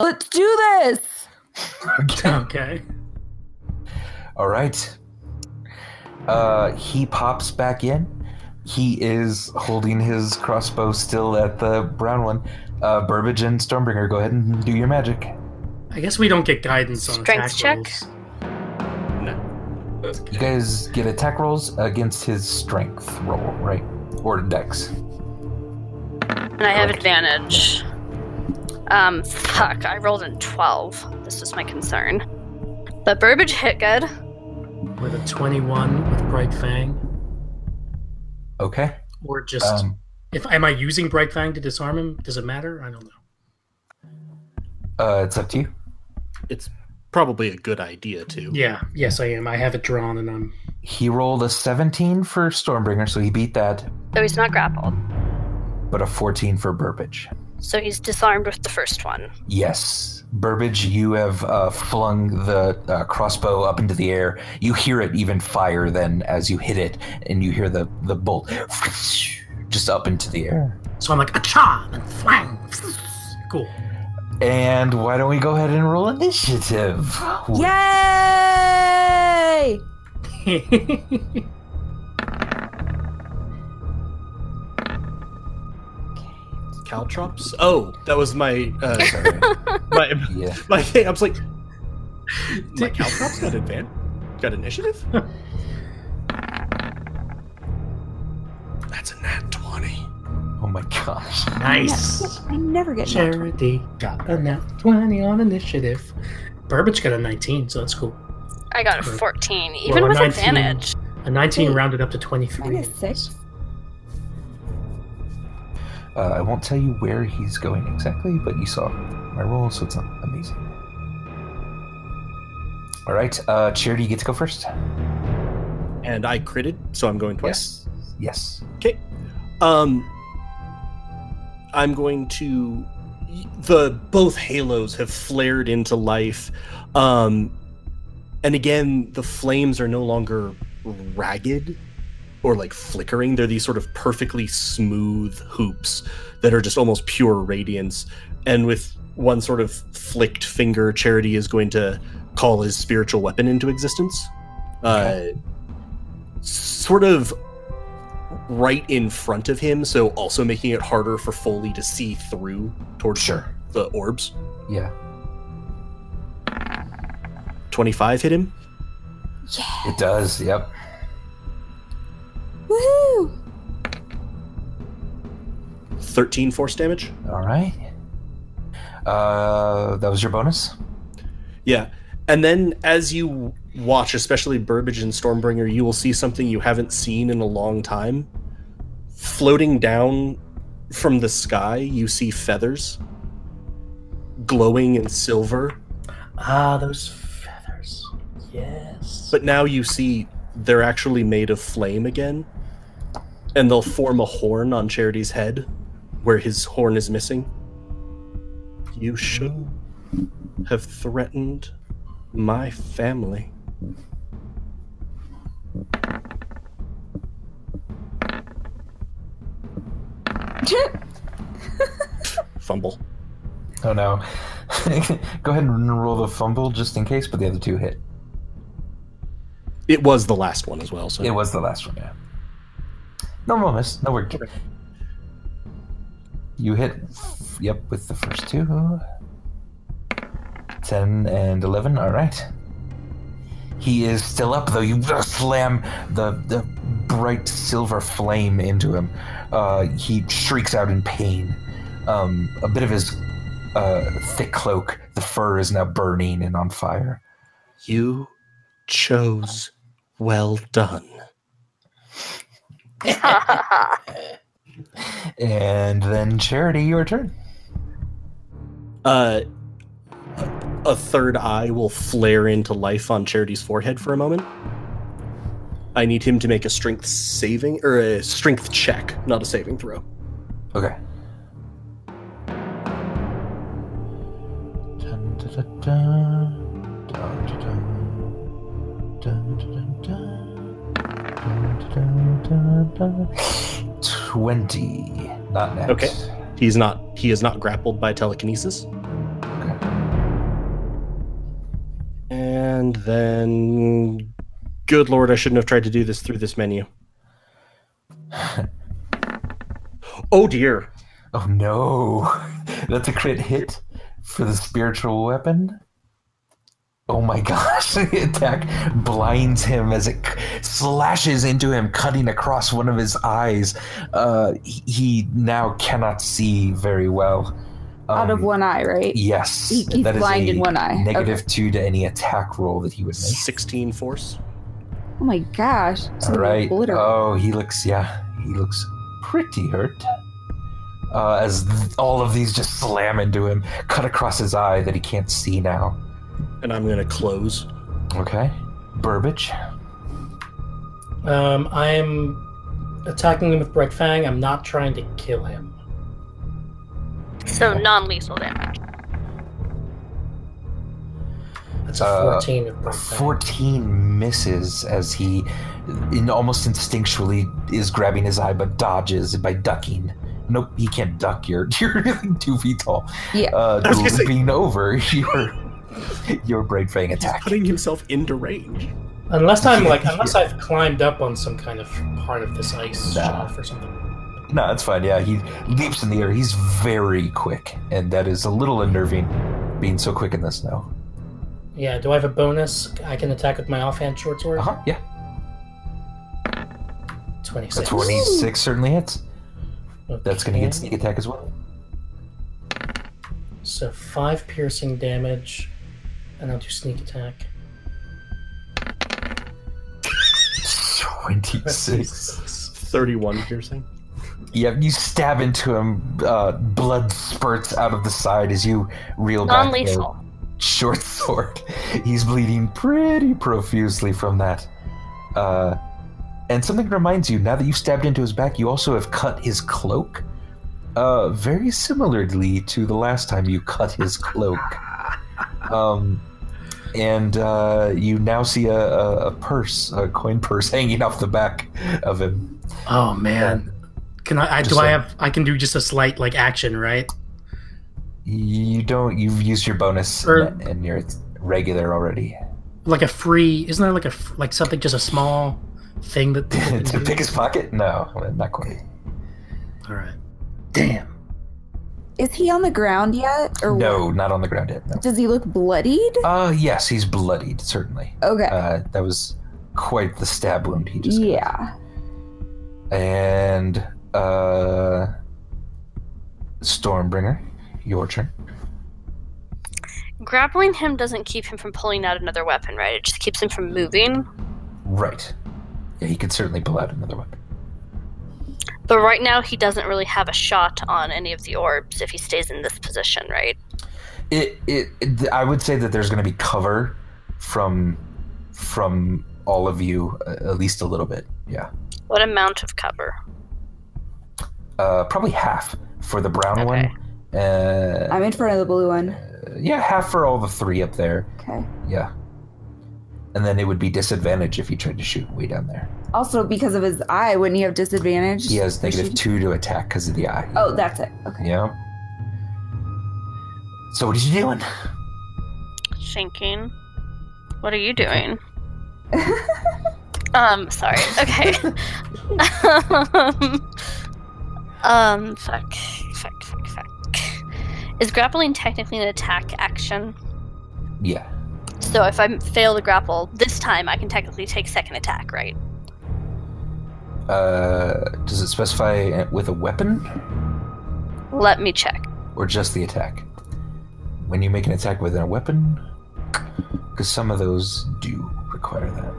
Speaker 4: let's do this.
Speaker 1: Okay.
Speaker 2: All right. Uh, he pops back in. He is holding his crossbow still at the brown one. Uh, Burbage and Stormbringer, go ahead and do your magic.
Speaker 1: I guess we don't get guidance on
Speaker 3: Strength
Speaker 1: attack
Speaker 3: check?
Speaker 1: rolls.
Speaker 2: You guys get attack rolls against his strength roll, right? Or dex.
Speaker 3: And I have advantage. Um, fuck, I rolled in 12. This was my concern. But Burbage hit good.
Speaker 1: with a 21 with Bright Fang,
Speaker 2: Okay.
Speaker 1: or just
Speaker 2: Um,
Speaker 1: if am I using Bright Fang to disarm him? Does it matter? I don't know.
Speaker 2: uh, it's up to you.
Speaker 5: It's probably a good idea too.
Speaker 1: Yeah, yes, I am. I have it drawn, and I'm
Speaker 2: He rolled a 17 for Stormbringer, so he beat that,
Speaker 3: So he's not grappled.
Speaker 2: but a 14 for Burbage.
Speaker 3: So he's disarmed with the first one.
Speaker 2: Yes. Burbage, you have uh, flung the uh, crossbow up into the air. You hear it even fire then as you hit it, and you hear the, the bolt just up into the air.
Speaker 1: so I'm like acha and flang. Cool.
Speaker 2: And why don't we go ahead and roll initiative?
Speaker 4: Yay!
Speaker 5: Caltrops. Oh, that was my uh,
Speaker 2: Sorry.
Speaker 5: my
Speaker 2: yeah.
Speaker 5: my thing. I was like, my caltrops got advan got initiative. That's a nat twenty.
Speaker 2: Oh my gosh.
Speaker 1: nice.
Speaker 4: I never get knocked.
Speaker 1: Charity got a nat 20 on initiative. Burbage got a 19, so that's cool.
Speaker 3: I got a
Speaker 1: Okay.
Speaker 3: 14,
Speaker 1: Well,
Speaker 3: even
Speaker 1: a
Speaker 3: with
Speaker 1: 19.
Speaker 3: advantage.
Speaker 1: A 19
Speaker 4: Wait.
Speaker 1: rounded up to
Speaker 4: Minus
Speaker 1: 23.
Speaker 4: six.
Speaker 2: Uh, I won't tell you where he's going exactly, but you saw my roll, so it's not amazing. All right. Uh, Charity, you get to go first.
Speaker 5: And I critted, so I'm going twice.
Speaker 2: Yes. Yes.
Speaker 5: Um, I'm going to the both halos have flared into life. Um and again, the flames are no longer ragged or like flickering. They're these sort of perfectly smooth hoops that are just almost pure radiance. And with one sort of flicked finger, Charity is going to call his spiritual weapon into existence. Uh, sort of right in front of him, so also making it harder for Foley to see through towards
Speaker 2: Sure.
Speaker 5: the orbs.
Speaker 2: Yeah.
Speaker 5: 25 hit him.
Speaker 4: Yeah.
Speaker 2: It does. Yep.
Speaker 4: Woohoo!
Speaker 5: 13 force damage.
Speaker 2: All right. Uh, that was your bonus.
Speaker 5: Yeah. And then as you watch, especially Burbage and Stormbringer, you will see something you haven't seen in a long time. Floating down from the sky, you see feathers glowing in silver,
Speaker 1: Ah, those feathers. Yes.
Speaker 5: but now you see they're actually made of flame again. And they'll form a horn on Charity's head where his horn is missing. You should have threatened my family. Fumble.
Speaker 2: Oh no. Go ahead and roll the fumble just in case, but the other two hit.
Speaker 5: It was the last one as well. So
Speaker 2: It was the last one, yeah. Normal miss. No work. You hit, yep, with the first two. 10 and 11, alright. He is still up, though. You slam the, the bright silver flame into him. Uh, he shrieks out in pain. Um, a bit of his uh, thick cloak, the fur is now burning and on fire.
Speaker 5: you chose. Well done.
Speaker 2: And then, Charity, your turn.
Speaker 5: Uh, a third eye will flare into life on Charity's forehead for a moment. I need him to make a strength saving or a strength check, not a saving throw.
Speaker 2: Okay. Twenty. Not next.
Speaker 5: Okay. He's not. He is not grappled by telekinesis. And then, good lord, I shouldn't have tried to do this through this menu. oh dear.
Speaker 2: Oh no. That's a crit hit for the spiritual weapon. Oh my gosh. The attack blinds him as it c- slashes into him, cutting across one of his eyes. Uh, he- he now cannot see very well.
Speaker 4: Out of
Speaker 2: Um,
Speaker 4: one eye, right?
Speaker 2: Yes.
Speaker 4: He- he's
Speaker 2: that is
Speaker 4: blind
Speaker 2: a
Speaker 4: in one eye. Okay.
Speaker 2: negative two to any attack roll that he would make.
Speaker 5: Sixteen force.
Speaker 4: Oh my gosh.
Speaker 2: All right.
Speaker 4: Obliterated.
Speaker 2: Oh, he looks. Yeah, he looks pretty hurt. Uh, as th- all of these just slam into him, cut across his eye that he can't see now.
Speaker 5: And I'm gonna close.
Speaker 2: Okay. Burbage.
Speaker 1: Um, I'm attacking him with Bright Fang. I'm not trying to kill him.
Speaker 3: So non lethal damage.
Speaker 1: That's a
Speaker 2: Uh,
Speaker 1: 14 with Bright Fang.
Speaker 2: 14 misses as he in almost instinctually is grabbing his eye but dodges by ducking. Nope, he can't duck. You're, you're like two feet tall.
Speaker 4: Yeah.
Speaker 2: Uh,
Speaker 5: I was gonna say-
Speaker 2: leaping over your, your Bright Fang attack.
Speaker 5: Putting himself into range.
Speaker 1: Unless I'm like,
Speaker 2: Yeah.
Speaker 1: unless I've climbed up on some kind of part of this ice
Speaker 2: Nah.
Speaker 1: shelf or something.
Speaker 2: No, that's fine. Yeah, he leaps in the air. He's very quick, and that is a little unnerving, being so quick in the snow.
Speaker 1: Yeah. Do I have a bonus? I can attack with my offhand short sword.
Speaker 2: Uh huh. Yeah, a
Speaker 1: 26.
Speaker 2: twenty-six certainly hits. That's going to get
Speaker 1: Okay.
Speaker 2: sneak attack as well.
Speaker 1: So five piercing damage, and I'll do sneak attack.
Speaker 2: Twenty-six.
Speaker 5: Thirty-one piercing.
Speaker 2: Yeah, you stab into him. Uh, blood spurts out of the side as you reel back.
Speaker 3: Non lethal.
Speaker 2: your Short sword. He's bleeding pretty profusely from that. Uh, and something reminds you now that you've stabbed into his back, you also have cut his cloak, uh, very similarly to the last time you cut his cloak. Um, and uh, you now see a, a, a purse, a coin purse, hanging off the back of him.
Speaker 1: Oh man, can I? I do
Speaker 2: Just
Speaker 1: I
Speaker 2: like-
Speaker 1: have? I can do just a slight like action, right?
Speaker 2: You don't. You've used your bonus,
Speaker 1: Er-
Speaker 2: and, and you're regular already.
Speaker 1: Like a free? Isn't there like a f- like something just a small thing that? people
Speaker 2: to
Speaker 1: can do?
Speaker 2: pick his pocket? No, not quite.
Speaker 1: All right. Damn.
Speaker 4: Is he on the ground yet? Or
Speaker 2: No,
Speaker 4: what?
Speaker 2: not on the ground yet. No.
Speaker 4: Does he look bloodied?
Speaker 2: Uh, yes, he's bloodied. Certainly.
Speaker 4: Okay.
Speaker 2: Uh, that was quite the stab wound he just. got.
Speaker 4: yeah.
Speaker 2: And uh, Stormbringer, your turn.
Speaker 3: Grappling him doesn't keep him from pulling out another weapon, right? It just keeps him from moving.
Speaker 2: Right. Yeah, he could certainly pull out another weapon.
Speaker 3: But right now, he doesn't really have a shot on any of the orbs if he stays in this position, right?
Speaker 2: It, it, it I would say that there's going to be cover from from all of you uh, at least a little bit. Yeah.
Speaker 3: What amount of cover?
Speaker 2: Uh, probably half for the brown
Speaker 3: Okay.
Speaker 2: one. Uh,
Speaker 4: I'm in front of the blue one.
Speaker 2: yeah, half for all the three up there.
Speaker 4: Okay.
Speaker 2: Yeah. And then it would be disadvantage if he tried to shoot way down there.
Speaker 4: Also, because of his eye, wouldn't he have disadvantage?
Speaker 2: He has negative two to attack because of the eye.
Speaker 4: Oh, that's it. Okay.
Speaker 2: Yeah. So what are you doing?
Speaker 3: Thinking. What are you doing? um, sorry. Okay. um, um, fuck. Fuck, fuck, fuck. Is grappling technically an attack action?
Speaker 2: Yeah.
Speaker 3: So if I fail to grapple this time, I can technically take second attack, right?
Speaker 2: Uh, does it specify uh, with a weapon
Speaker 3: Let me check.
Speaker 2: or just the attack? When you make an attack with a weapon, because some of those do require that.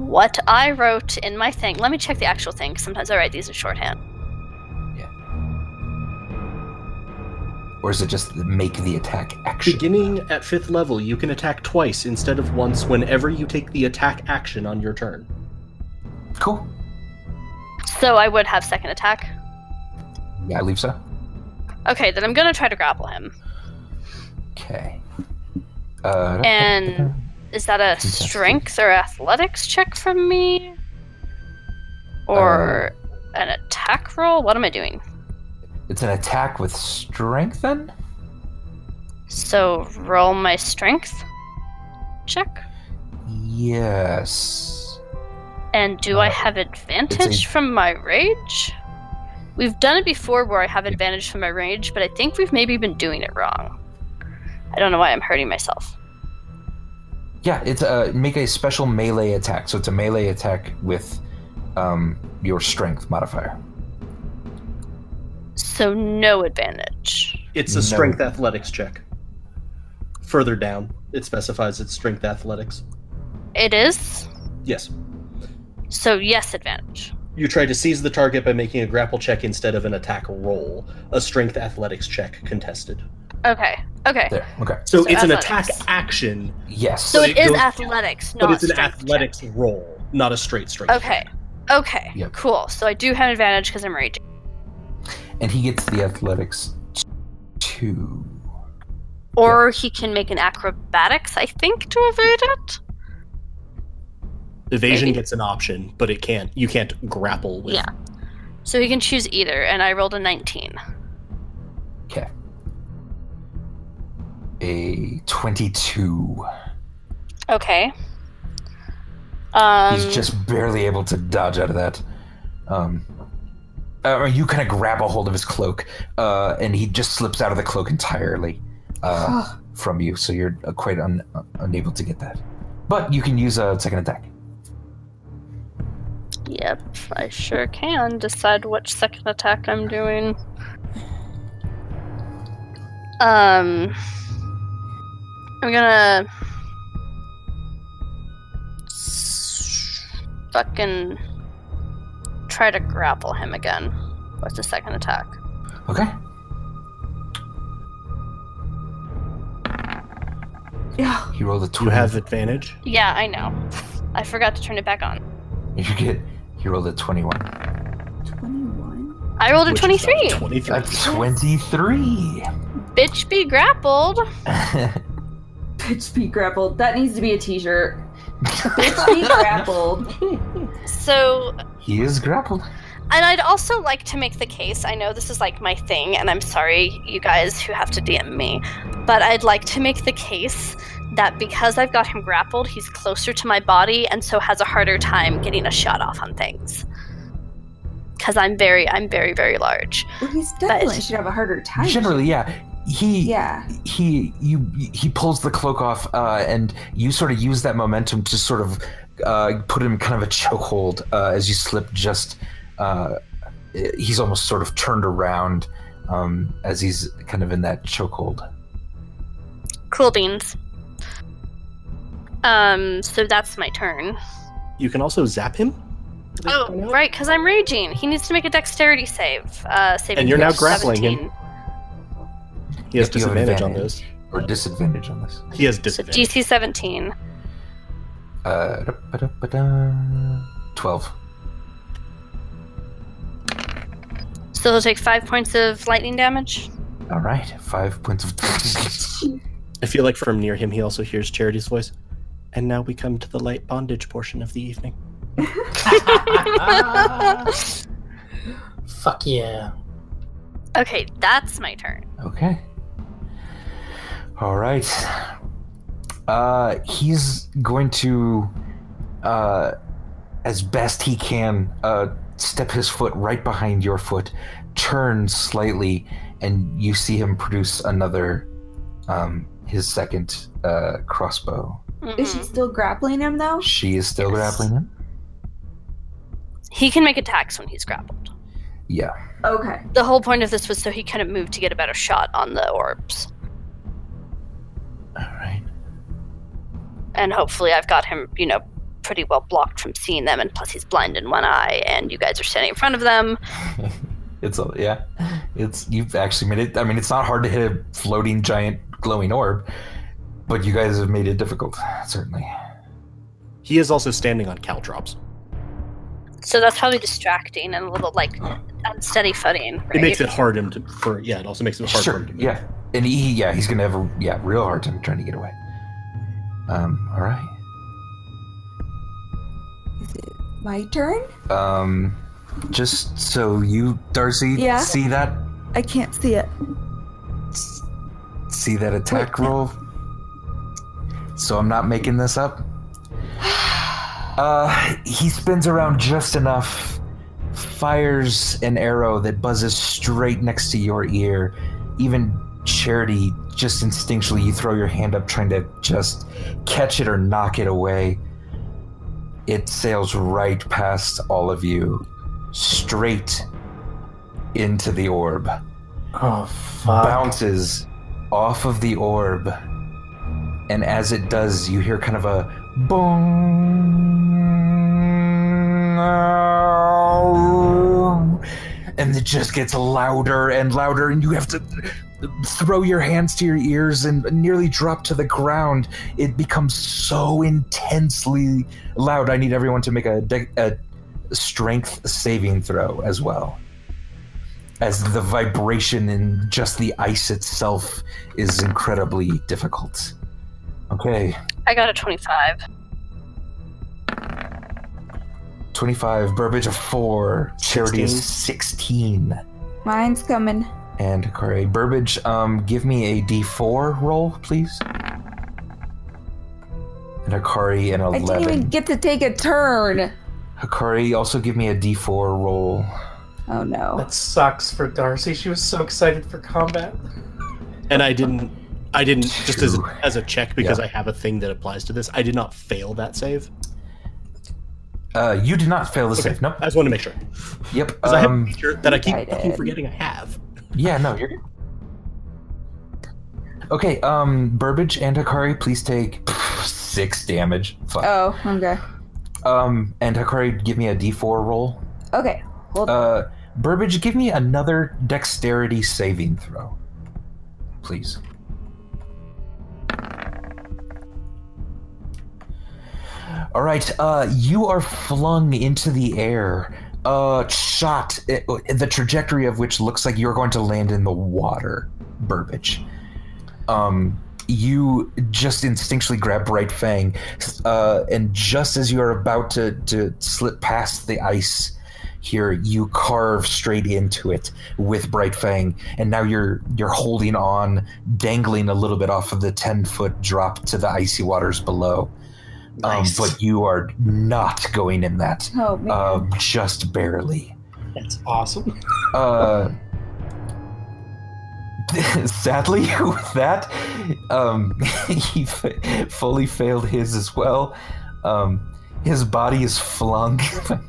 Speaker 3: What I wrote in my thing. Let me check the actual thing. 'cause Sometimes I write these in shorthand.
Speaker 2: Or is it just the make the attack action?
Speaker 5: Beginning at fifth level, you can attack twice instead of once whenever you take the attack action on your turn.
Speaker 2: Cool.
Speaker 3: So I would have second attack.
Speaker 2: Yeah, I believe so.
Speaker 3: Okay, then I'm gonna try to grapple him.
Speaker 2: Okay. Uh,
Speaker 3: And is that a
Speaker 2: Contested.
Speaker 3: strength or athletics check from me? Or an attack roll? What am I doing?
Speaker 2: it's an attack with strength then?
Speaker 3: So roll my strength check.
Speaker 2: Yes.
Speaker 3: And do I
Speaker 2: Uh,
Speaker 3: have advantage
Speaker 2: a-
Speaker 3: from my rage? We've done it before where I have
Speaker 2: Yeah.
Speaker 3: advantage from my rage, but I think we've maybe been doing it wrong. I don't know why I'm hurting myself.
Speaker 2: Yeah, it's uh make a special melee attack. So it's a melee attack with um your strength modifier.
Speaker 3: So no advantage.
Speaker 5: It's a
Speaker 2: No.
Speaker 5: strength athletics check. Further down, it specifies it's strength athletics.
Speaker 3: It is.
Speaker 5: Yes.
Speaker 3: So yes, advantage.
Speaker 5: You try to seize the target by making a grapple check instead of an attack roll, a strength athletics check contested.
Speaker 3: Okay. Okay.
Speaker 2: There. Okay.
Speaker 5: So,
Speaker 3: So
Speaker 5: it's an attack
Speaker 3: athletics.
Speaker 5: action,
Speaker 2: Yes.
Speaker 3: So
Speaker 5: But
Speaker 3: it
Speaker 5: it
Speaker 3: is
Speaker 5: goes-
Speaker 3: athletics, not
Speaker 5: but it's an
Speaker 3: strength
Speaker 5: athletics roll, not a straight strength.
Speaker 3: check. Okay. Okay.
Speaker 2: Yep.
Speaker 3: Cool. So I do have an advantage because I'm raging.
Speaker 2: and he gets the athletics t- two.
Speaker 3: Or he can make an acrobatics, I think, to evade it.
Speaker 5: Evasion
Speaker 3: Maybe.
Speaker 5: gets an option, but it can't. You can't grapple with.
Speaker 3: Yeah. So he can choose either, and I rolled a 19.
Speaker 2: Okay. A twenty-two.
Speaker 3: Okay. Um,
Speaker 2: He's just barely able to dodge out of that. Um uh, or you kind of grab a hold of his cloak, uh, and he just slips out of the cloak entirely. Uh,
Speaker 4: Oh,
Speaker 2: from you, so you're uh, quite un- uh, unable to get that. But you can use a second attack.
Speaker 3: Yep, I sure can decide which second attack I'm doing. Um, I'm gonna s- fucking try to grapple him again with the second attack.
Speaker 2: Okay.
Speaker 4: Yeah.
Speaker 2: He rolled a 20.
Speaker 5: You have advantage.
Speaker 3: Yeah, I know. I forgot to turn it back on.
Speaker 2: You get. He rolled a 21.
Speaker 4: 21?
Speaker 3: I rolled a
Speaker 5: which is uh,
Speaker 3: 23.
Speaker 5: not 23.
Speaker 2: That's 23.
Speaker 3: Bitch be grappled.
Speaker 4: Bitch be grappled. That needs to be a t-shirt. Bitch be grappled.
Speaker 3: So,
Speaker 2: he is grappled.
Speaker 3: and I'd also like to make the case. I know this is like my thing, and I'm sorry, you guys who have to DM me, but I'd like to make the case that because I've got him grappled, he's closer to my body and so has a harder time getting a shot off on things. Because I'm very, I'm very, very large.
Speaker 4: Well, he's
Speaker 3: But-
Speaker 4: definitely should have a harder time.
Speaker 2: Generally, yeah. He
Speaker 4: Yeah.
Speaker 2: he you he pulls the cloak off, uh, and you sort of use that momentum to sort of uh, put him in kind of a chokehold uh, as you slip. Just uh, he's almost sort of turned around um, as he's kind of in that chokehold.
Speaker 3: Cool beans. Um, so that's my turn.
Speaker 5: You can also zap him. Did I
Speaker 3: Oh,
Speaker 5: find out?
Speaker 3: right, because I'm raging. He needs to make a dexterity save. Uh, saving
Speaker 5: And you're
Speaker 3: throw
Speaker 5: now
Speaker 3: of
Speaker 5: grappling him.
Speaker 3: 17.
Speaker 5: He has
Speaker 2: If you have
Speaker 5: disadvantage on
Speaker 2: advantage.
Speaker 5: those.
Speaker 2: Or disadvantage on this.
Speaker 5: He has
Speaker 3: So
Speaker 5: disadvantage.
Speaker 3: DC 17.
Speaker 2: Uh, da-ba-da-ba-da. Twelve.
Speaker 3: So he'll take five points of lightning damage.
Speaker 2: All right, five points of.
Speaker 5: I feel like from near him, he also hears Charity's voice. And now we come to the light bondage portion of the evening.
Speaker 1: Fuck yeah.
Speaker 3: Okay, that's my turn.
Speaker 2: Okay. All right. Uh, he's going to, uh, as best he can, uh, step his foot right behind your foot, turn slightly, and you see him produce another, um, his second uh, crossbow.
Speaker 4: Is she
Speaker 3: Mhm.
Speaker 4: still grappling him though?
Speaker 2: She is still
Speaker 3: Yes.
Speaker 2: grappling him.
Speaker 3: He can make attacks when he's grappled.
Speaker 2: Yeah.
Speaker 4: Okay.
Speaker 3: The whole point of this was so he couldn't move to get a better shot on the orbs.
Speaker 2: All right.
Speaker 3: And hopefully, I've got him, you know, pretty well blocked from seeing them. And plus, he's blind in one eye, and you guys are standing in front of them.
Speaker 2: It's a, yeah. It's you've actually made it. I mean, it's not hard to hit a floating giant glowing orb, but you guys have made it difficult, certainly.
Speaker 5: He is also standing on caltrops.
Speaker 3: So that's probably distracting and a little like unsteady footing. Right?
Speaker 5: It makes it hard him to for yeah. It also makes it hard for
Speaker 2: Sure.
Speaker 5: him to move.
Speaker 2: Yeah, and he yeah he's gonna have a yeah real hard time trying to get away. Um. All right.
Speaker 4: Is it my turn?
Speaker 2: Um. Just so you, Darcy,
Speaker 4: Yeah?
Speaker 2: see that
Speaker 4: I can't see it.
Speaker 2: s- see that attack roll. So I'm not making this up. Uh, he spins around just enough, fires an arrow that buzzes straight next to your ear. Even Charity, just instinctually, you throw your hand up trying to just catch it or knock it away. It sails right past all of you, straight into the orb
Speaker 1: Oh, fuck.
Speaker 2: bounces off of the orb, and as it does, you hear kind of a boom, and it just gets louder and louder, and you have to throw your hands to your ears and nearly drop to the ground. It becomes so intensely loud. I need everyone to make a, de- a strength saving throw as well as the vibration in just the ice itself is incredibly difficult. Okay,
Speaker 3: I got a 25.
Speaker 2: 25, Burbage of 4, Charity is 16,
Speaker 4: Mine's coming.
Speaker 2: and Hikari. Burbage, um, give me a d4 roll, please. And Hikari an
Speaker 4: I
Speaker 2: 11.
Speaker 4: didn't even get to take a turn.
Speaker 2: Hikari, also give me a d4 roll.
Speaker 4: Oh no.
Speaker 1: That sucks for Darcy. She was so excited for combat.
Speaker 5: And I didn't. I didn't just as
Speaker 2: Two.
Speaker 5: a, as a check because I have a thing that applies to this. I did not fail that save.
Speaker 2: Uh, you did not fail the
Speaker 5: Okay.
Speaker 2: save. Nope.
Speaker 5: I just want to make sure
Speaker 2: Yep.
Speaker 5: because I have a
Speaker 2: um,
Speaker 5: feature that I keep
Speaker 4: I did.
Speaker 5: fucking forgetting I have.
Speaker 2: Yeah, no, you're good. Okay, um, Burbage and Hakari, please take six damage. Fuck.
Speaker 4: Oh, okay.
Speaker 2: Um, and Hakari, give me a d4 roll.
Speaker 4: Okay. Hold
Speaker 2: Uh, Burbage, give me another dexterity saving throw. Please. All right, uh, you are flung into the air uh, shot, it, the trajectory of which looks like you're going to land in the water, Burbage. Um, you just instinctually grab Bright Fang, uh, and just as you're about to, to slip past the ice here, you carve straight into it with Bright Fang, and now you're you're holding on, dangling a little bit off of the ten foot drop to the icy waters below.
Speaker 1: Nice.
Speaker 2: Um, but you are not going in that,
Speaker 4: Oh man.
Speaker 2: uh, just barely.
Speaker 1: That's awesome.
Speaker 2: Uh, sadly, with that, um, he f- fully failed his as well. Um, his body is flung.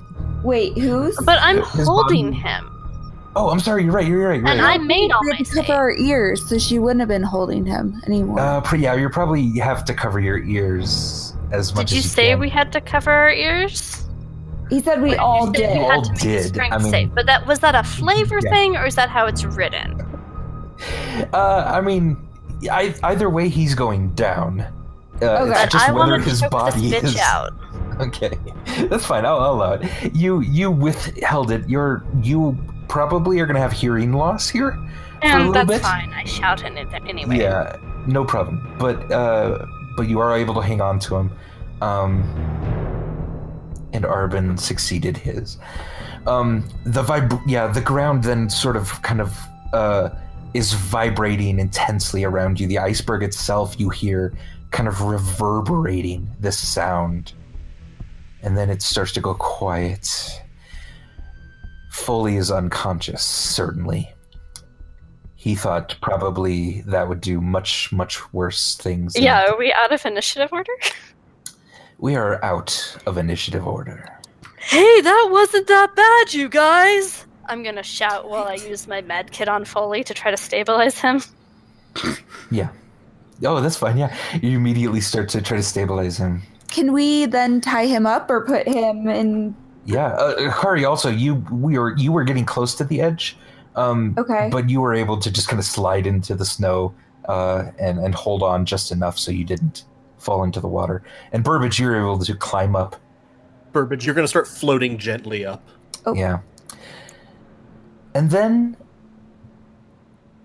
Speaker 4: Wait, who's?
Speaker 3: But I'm
Speaker 2: His
Speaker 3: holding
Speaker 2: body-
Speaker 3: him,
Speaker 2: oh, I'm sorry. You're right. You're right. You're
Speaker 3: and
Speaker 2: right.
Speaker 3: I made all
Speaker 4: We
Speaker 3: my
Speaker 4: had to cover our ears, so she wouldn't have been holding him anymore.
Speaker 2: Uh, pre- yeah, you probably have to cover your ears as much
Speaker 3: Did you
Speaker 2: as you
Speaker 3: say
Speaker 2: can.
Speaker 3: we had to cover our ears?
Speaker 4: he said we
Speaker 3: Wait,
Speaker 4: all
Speaker 3: you said
Speaker 4: did.
Speaker 3: You
Speaker 2: All
Speaker 3: had to make a
Speaker 2: did.
Speaker 3: strength
Speaker 2: I mean-
Speaker 3: save. But that was that a flavor
Speaker 2: Yeah.
Speaker 3: thing, or is that how it's written?
Speaker 2: Uh, I mean, I, either way, he's going down. Uh,
Speaker 4: Okay.
Speaker 2: It's just
Speaker 3: I
Speaker 2: whether
Speaker 3: wanted
Speaker 2: his
Speaker 3: to choke
Speaker 2: body
Speaker 3: this bitch
Speaker 2: is
Speaker 3: out.
Speaker 2: Okay, that's fine. I'll, I'll allow it. You you withheld it. You're you probably are gonna have hearing loss here. a little
Speaker 3: And that's
Speaker 2: bit?
Speaker 3: fine. I shout in it anyway.
Speaker 2: Yeah, no problem. But uh, but you are able to hang on to him. Um, and Arbin succeeded his. Um, the vib- yeah, the ground then sort of kind of uh, is vibrating intensely around you. The iceberg itself, you hear kind of reverberating this sound, and then it starts to go quiet. Foley is unconscious, certainly he thought probably that would do much much worse things than-
Speaker 6: Yeah, are we out of initiative order?
Speaker 2: we are out of initiative order
Speaker 6: Hey, that wasn't that bad, you guys.
Speaker 3: I'm gonna shout while I use my med kit on Foley to try to stabilize him.
Speaker 2: oh that's fine yeah you immediately start to try to stabilize him
Speaker 4: Can we then tie him up or put him in?
Speaker 2: yeah uh, Kari, also you we were you were getting close to the edge um
Speaker 4: Okay.
Speaker 2: but you were able to just kind of slide into the snow uh and and hold on just enough so you didn't fall into the water and burbage you were able to climb up
Speaker 5: Burbage, you're going to start floating gently up.
Speaker 4: Oh.
Speaker 2: Yeah. And then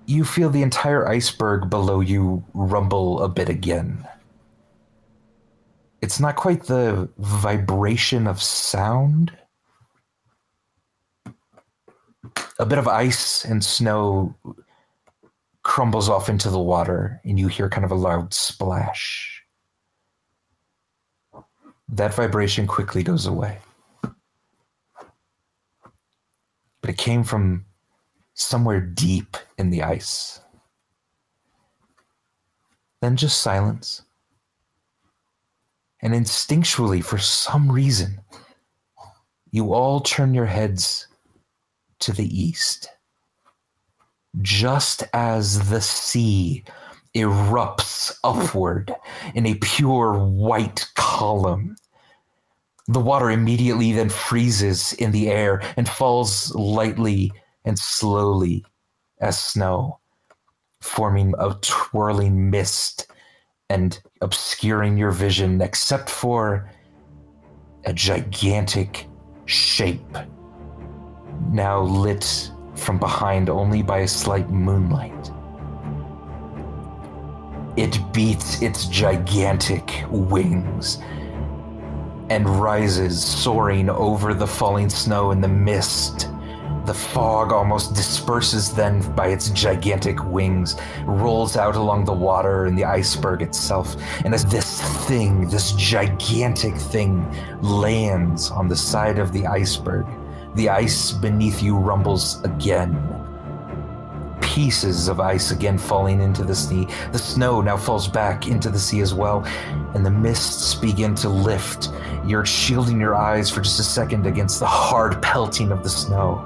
Speaker 2: you feel the entire iceberg below you rumble a bit again. It's not quite the vibration of sound. A bit of ice and snow crumbles off into the water, and you hear kind of a loud splash. That vibration quickly goes away but it came from somewhere deep in the ice. Then just silence. And instinctually, for some reason, you all turn your heads to the east. Just as the sea erupts upward in a pure white column. The water immediately then freezes in the air and falls lightly and slowly as snow, forming a twirling mist and obscuring your vision, except for a gigantic shape, now lit from behind only by a slight moonlight. It beats its gigantic wings and rises, soaring over the falling snow and the mist. The fog almost disperses then by its gigantic wings, rolls out along the water and the iceberg itself. And as this thing, this gigantic thing, lands on the side of the iceberg, the ice beneath you rumbles again. Pieces of ice again falling into the sea. The snow now falls back into the sea as well, and the mists begin to lift you're shielding your eyes for just a second against the hard pelting of the snow.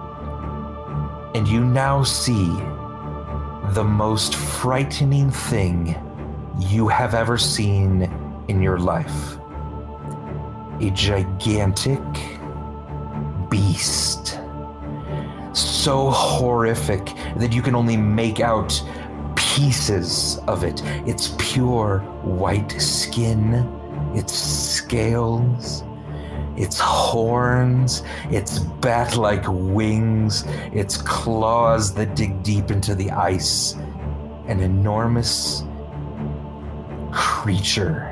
Speaker 2: And you now see the most frightening thing you have ever seen in your life a gigantic beast. So horrific that you can only make out pieces of it. Its pure white skin its scales, its horns, its bat like wings, its claws that dig deep into the ice. An enormous creature,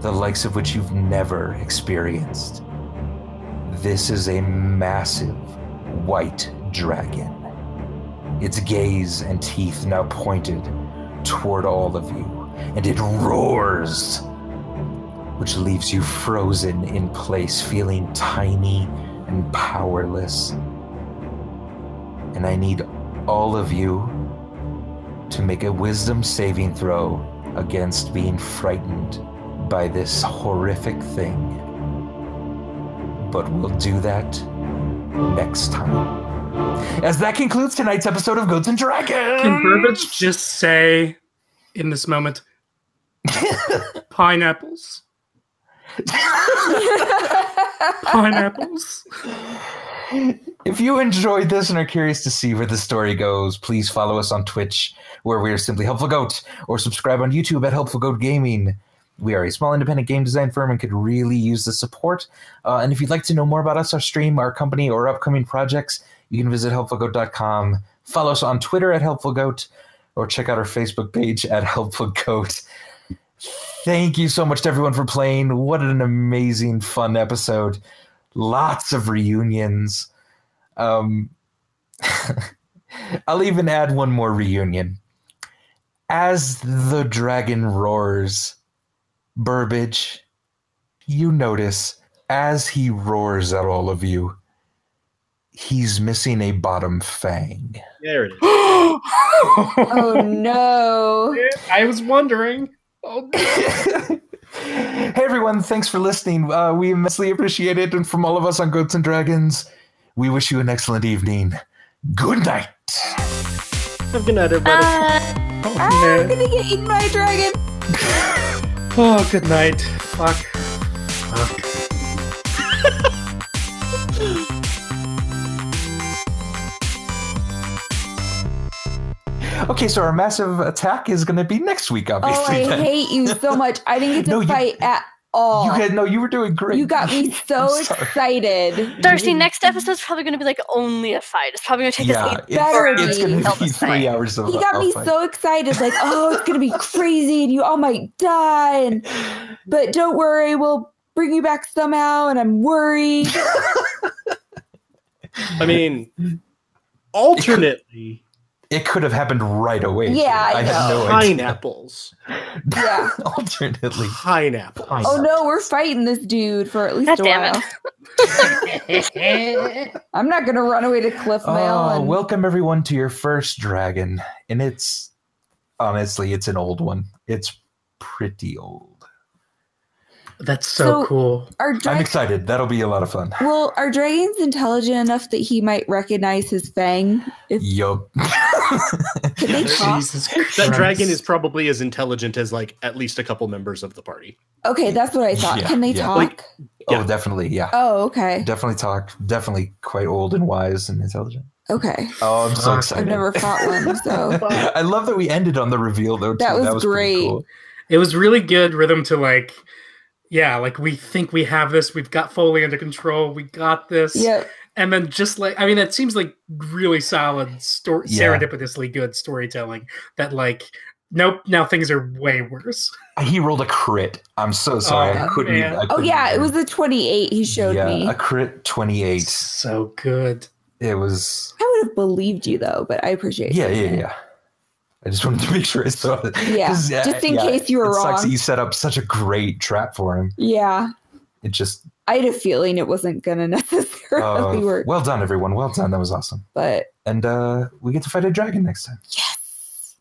Speaker 2: the likes of which you've never experienced. This is a massive white dragon, its gaze and teeth now pointed toward all of you, and it roars, which leaves you frozen in place, feeling tiny and powerless. And I need all of you to make a wisdom saving throw against being frightened by this horrific thing. But we'll do that next time. As that concludes tonight's episode of Goats and
Speaker 1: Can
Speaker 2: Dragons.
Speaker 1: Burbage just say in this moment, pineapples, pineapples?
Speaker 2: if you enjoyed this and are curious to see where the story goes, please follow us on Twitch, where we are simply Helpful Goat, or subscribe on YouTube at Helpful Goat Gaming. We are a small independent game design firm and could really use the support. Uh, and if you'd like to know more about us, our stream, our company, or upcoming projects, you can visit helpfulgoat.com. Follow us on Twitter at Helpful Goat, or check out our Facebook page at Helpful Goat. Thank you so much to everyone for playing. What an amazing, fun episode! Lots of reunions. Um, I'll even add one more reunion. As the dragon roars, Burbage, you notice as he roars at all of you, he's missing a bottom fang.
Speaker 5: There it is.
Speaker 4: oh no.
Speaker 1: I was wondering. Oh,
Speaker 2: hey everyone, thanks for listening. Uh, we immensely appreciate it. And from all of us on Goats and Dragons, we wish you an excellent evening. Good night.
Speaker 1: good night, everybody.
Speaker 3: Uh, Bye.
Speaker 1: oh,
Speaker 4: Ah, I'm
Speaker 1: no.
Speaker 4: gonna get eaten by a dragon.
Speaker 1: oh, good night. Fuck. Fuck.
Speaker 2: Okay, so our massive attack is going to be next week,
Speaker 4: Oh,
Speaker 2: obviously.
Speaker 4: I
Speaker 2: then.
Speaker 4: hate you so much. I didn't get to
Speaker 2: No, you-
Speaker 4: fight at all.
Speaker 2: you had no, you were doing great.
Speaker 4: You got me so
Speaker 2: I'm sorry.
Speaker 4: excited.
Speaker 3: Darcy, next episode's probably going to be like only a fight. It's probably going to take us
Speaker 2: Yeah,
Speaker 3: eight
Speaker 4: better
Speaker 2: it's, it's
Speaker 4: be.
Speaker 2: going to
Speaker 3: Tell
Speaker 2: be
Speaker 3: the same.
Speaker 2: three hours of.
Speaker 4: He got
Speaker 2: of
Speaker 4: me
Speaker 2: fight.
Speaker 4: so excited, like, oh, it's gonna be crazy, and you all might die, and but don't worry, we'll bring you back somehow. And I'm worried.
Speaker 5: I mean, alternately,
Speaker 2: It could have happened right away.
Speaker 4: Yeah, I
Speaker 2: I had
Speaker 4: know.
Speaker 2: no idea.
Speaker 5: pineapples.
Speaker 4: Yeah.
Speaker 2: Alternately,
Speaker 5: Pineapples.
Speaker 2: Pine-
Speaker 4: Oh no, we're fighting this dude for at least
Speaker 3: God
Speaker 4: a
Speaker 3: damn it.
Speaker 4: while. I'm not gonna run away to Cliff Mail.
Speaker 2: Oh,
Speaker 4: and
Speaker 2: welcome everyone to your first dragon. And it's honestly, it's an old one. It's pretty old.
Speaker 1: That's so,
Speaker 4: So-
Speaker 1: cool.
Speaker 4: our
Speaker 2: I'm
Speaker 4: dragon,
Speaker 2: excited. That'll be a lot of fun.
Speaker 4: well, our dragon's intelligent enough that he might recognize his fang. If
Speaker 2: Yup.
Speaker 4: could they talk?
Speaker 1: Jesus
Speaker 5: That
Speaker 1: Christ.
Speaker 5: dragon is probably as intelligent as like at least a couple members of the party.
Speaker 4: Okay, that's what I thought.
Speaker 2: Yeah,
Speaker 4: Can they
Speaker 2: yeah.
Speaker 4: talk?
Speaker 5: Like-
Speaker 2: oh,
Speaker 5: Yeah.
Speaker 2: definitely. Yeah.
Speaker 4: oh, okay,
Speaker 2: Definitely talk. Definitely quite old and wise and intelligent.
Speaker 4: okay.
Speaker 2: Oh, I'm so
Speaker 1: Fuck.
Speaker 2: excited.
Speaker 4: I've never fought one, so
Speaker 2: I love that we ended on the reveal though. Too.
Speaker 4: That was
Speaker 2: pretty
Speaker 4: great.
Speaker 2: cool.
Speaker 1: It was really good rhythm to like, yeah, like we think we have this. We've got Foley under control. We got this.
Speaker 4: yeah.
Speaker 1: and then just like I mean, that seems like really solid, sto-
Speaker 2: Yeah.
Speaker 1: serendipitously good storytelling. That like, nope, now things are way worse.
Speaker 2: He rolled a crit. I'm so sorry. I
Speaker 1: Oh,
Speaker 2: couldn't.
Speaker 1: man.
Speaker 2: I
Speaker 4: Oh
Speaker 2: couldn't
Speaker 4: yeah, it
Speaker 2: even-
Speaker 4: was a 28 he showed
Speaker 2: yeah,
Speaker 4: me.
Speaker 2: a crit 28.
Speaker 1: so good.
Speaker 2: It was
Speaker 4: I would have believed you though, but I appreciate
Speaker 2: Yeah,
Speaker 4: it.
Speaker 2: yeah, yeah. I just wanted to make sure I saw it.
Speaker 4: Yeah,
Speaker 2: 'Cause, uh,
Speaker 4: just in
Speaker 2: yeah,
Speaker 4: case you were
Speaker 2: it
Speaker 4: wrong.
Speaker 2: Sucks that you set up such a great trap for him.
Speaker 4: Yeah.
Speaker 2: It just
Speaker 4: I had a feeling it wasn't gonna
Speaker 2: uh,
Speaker 4: necessarily work,
Speaker 2: well done, everyone. Well done. That was awesome.
Speaker 4: but
Speaker 2: And uh, we get to fight a dragon next time.
Speaker 4: yes.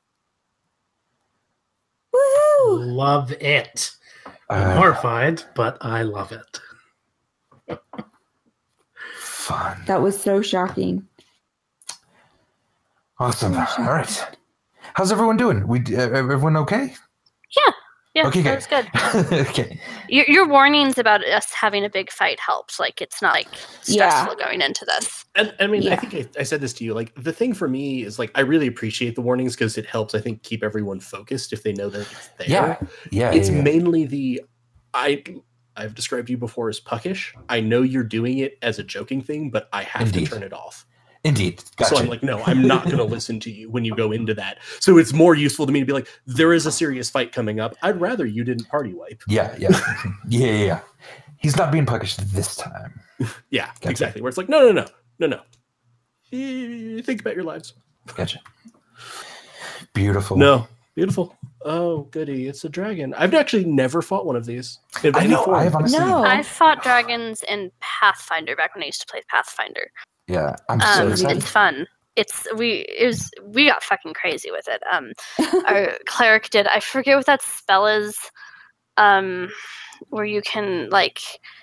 Speaker 4: Woohoo!
Speaker 1: Love it. I'm
Speaker 2: Uh,
Speaker 1: horrified, but I love it.
Speaker 2: fun.
Speaker 4: That was so shocking.
Speaker 2: Awesome. All right. How's everyone doing? We uh, everyone okay?
Speaker 3: Yeah,
Speaker 2: Okay,
Speaker 3: okay,
Speaker 2: good.
Speaker 3: that's good.
Speaker 2: okay.
Speaker 3: Your, your warnings about us having a big fight helped. Like, it's not like
Speaker 4: Yeah.
Speaker 3: stressful going into this.
Speaker 5: And I mean, I
Speaker 4: Yeah.
Speaker 5: think I, I said this to you. Like the thing for me is like I really appreciate the warnings because it helps. I think keep everyone focused if they know that it's there.
Speaker 2: Yeah. Yeah.
Speaker 5: it's
Speaker 2: yeah, yeah.
Speaker 5: mainly the I I've described you before as puckish. I know you're doing it as a joking thing, but I have
Speaker 2: Indeed.
Speaker 5: to turn it off.
Speaker 2: Indeed. Gotcha.
Speaker 5: So I'm like, no, I'm not going to listen to you when you go into that. So it's more useful to me to be like, there is a serious fight coming up. I'd rather you didn't party wipe.
Speaker 2: yeah, yeah. yeah, yeah, yeah. He's not being puckish this time.
Speaker 5: Yeah,
Speaker 2: Gotcha.
Speaker 5: exactly. Where it's like, no, no, no, no, no. Eh, Think about your lives.
Speaker 2: Gotcha. Beautiful.
Speaker 5: No, beautiful. Oh, goody. It's a dragon. I've actually never fought one of these. in
Speaker 2: I
Speaker 5: any
Speaker 2: know. I
Speaker 5: form.
Speaker 2: have honestly.
Speaker 4: No.
Speaker 3: I fought dragons in Pathfinder back when I used to play Pathfinder.
Speaker 2: Yeah, I'm so
Speaker 3: Um,
Speaker 2: excited.
Speaker 3: it's fun. It's we it was we got fucking crazy with it. Um, our cleric did. I forget what that spell is. Um, where you can like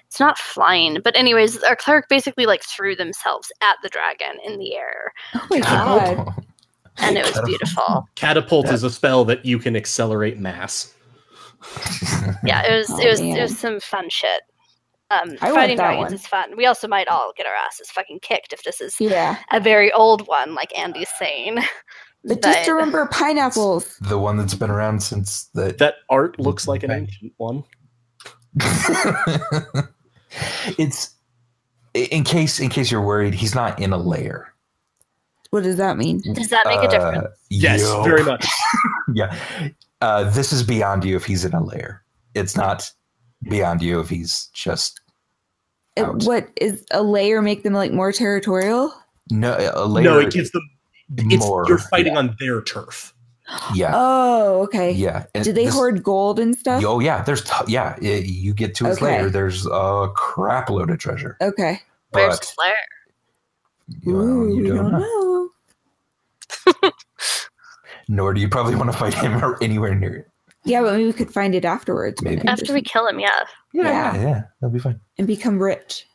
Speaker 3: it's not flying, but anyways, our cleric basically like threw themselves at the dragon in the air,
Speaker 4: oh my god.
Speaker 3: and it was beautiful.
Speaker 5: Catapult is a spell that you can accelerate mass.
Speaker 3: Yeah, it was
Speaker 4: Oh,
Speaker 3: it was
Speaker 4: man.
Speaker 3: it was some fun shit. Um,
Speaker 4: I want
Speaker 3: fighting
Speaker 4: that
Speaker 3: dragons
Speaker 4: one.
Speaker 3: is fun. We also might all get our asses fucking kicked if this is
Speaker 4: Yeah.
Speaker 3: a very old one, like Andy's saying.
Speaker 4: But
Speaker 3: But-
Speaker 4: just remember pineapples.
Speaker 2: the one that's been around since the.
Speaker 5: That art looks like an
Speaker 2: Right.
Speaker 5: ancient one.
Speaker 2: it's in case in case you're worried, he's not in a lair.
Speaker 4: What does that mean?
Speaker 3: Does that make a
Speaker 2: Uh,
Speaker 3: difference?
Speaker 5: Yes,
Speaker 2: yo.
Speaker 5: very much.
Speaker 2: Yeah, uh, this is beyond you if he's in a lair. It's not beyond you if he's just
Speaker 4: It-
Speaker 2: out.
Speaker 4: what is a layer make them like more territorial?
Speaker 2: no a lair.
Speaker 5: No, it gives them. It's,
Speaker 2: more.
Speaker 5: you're fighting on their turf.
Speaker 2: Yeah,
Speaker 4: Oh, okay.
Speaker 2: yeah.
Speaker 4: Do they
Speaker 2: this-
Speaker 4: hoard gold and stuff?
Speaker 2: Oh yeah, there's t- yeah. i you get to his
Speaker 4: Okay.
Speaker 2: lair. There's a crap load of treasure,
Speaker 4: Okay.
Speaker 3: Where's
Speaker 2: but
Speaker 3: his lair?
Speaker 2: well, you don't know.
Speaker 4: know.
Speaker 2: Nor do you probably want to fight him or anywhere near it.
Speaker 4: Yeah, but maybe we could find it afterwards.
Speaker 2: Maybe.
Speaker 4: and
Speaker 3: After we
Speaker 4: just-
Speaker 3: kill him, yeah.
Speaker 4: Yeah.
Speaker 2: yeah, that'll be fine.
Speaker 4: and become rich.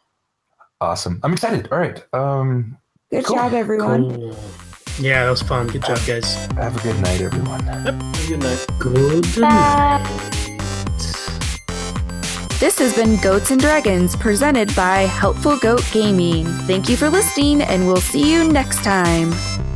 Speaker 2: Awesome. I'm excited. All right. Um,
Speaker 4: Good
Speaker 2: Cool.
Speaker 4: job, everyone.
Speaker 1: Cool. Yeah, that was fun. Good job, guys.
Speaker 2: have a good night, everyone.
Speaker 5: Good night.
Speaker 1: Good
Speaker 7: This has been Goats and Dragons, presented by Helpful Goat Gaming. Thank you for listening, and we'll see you next time.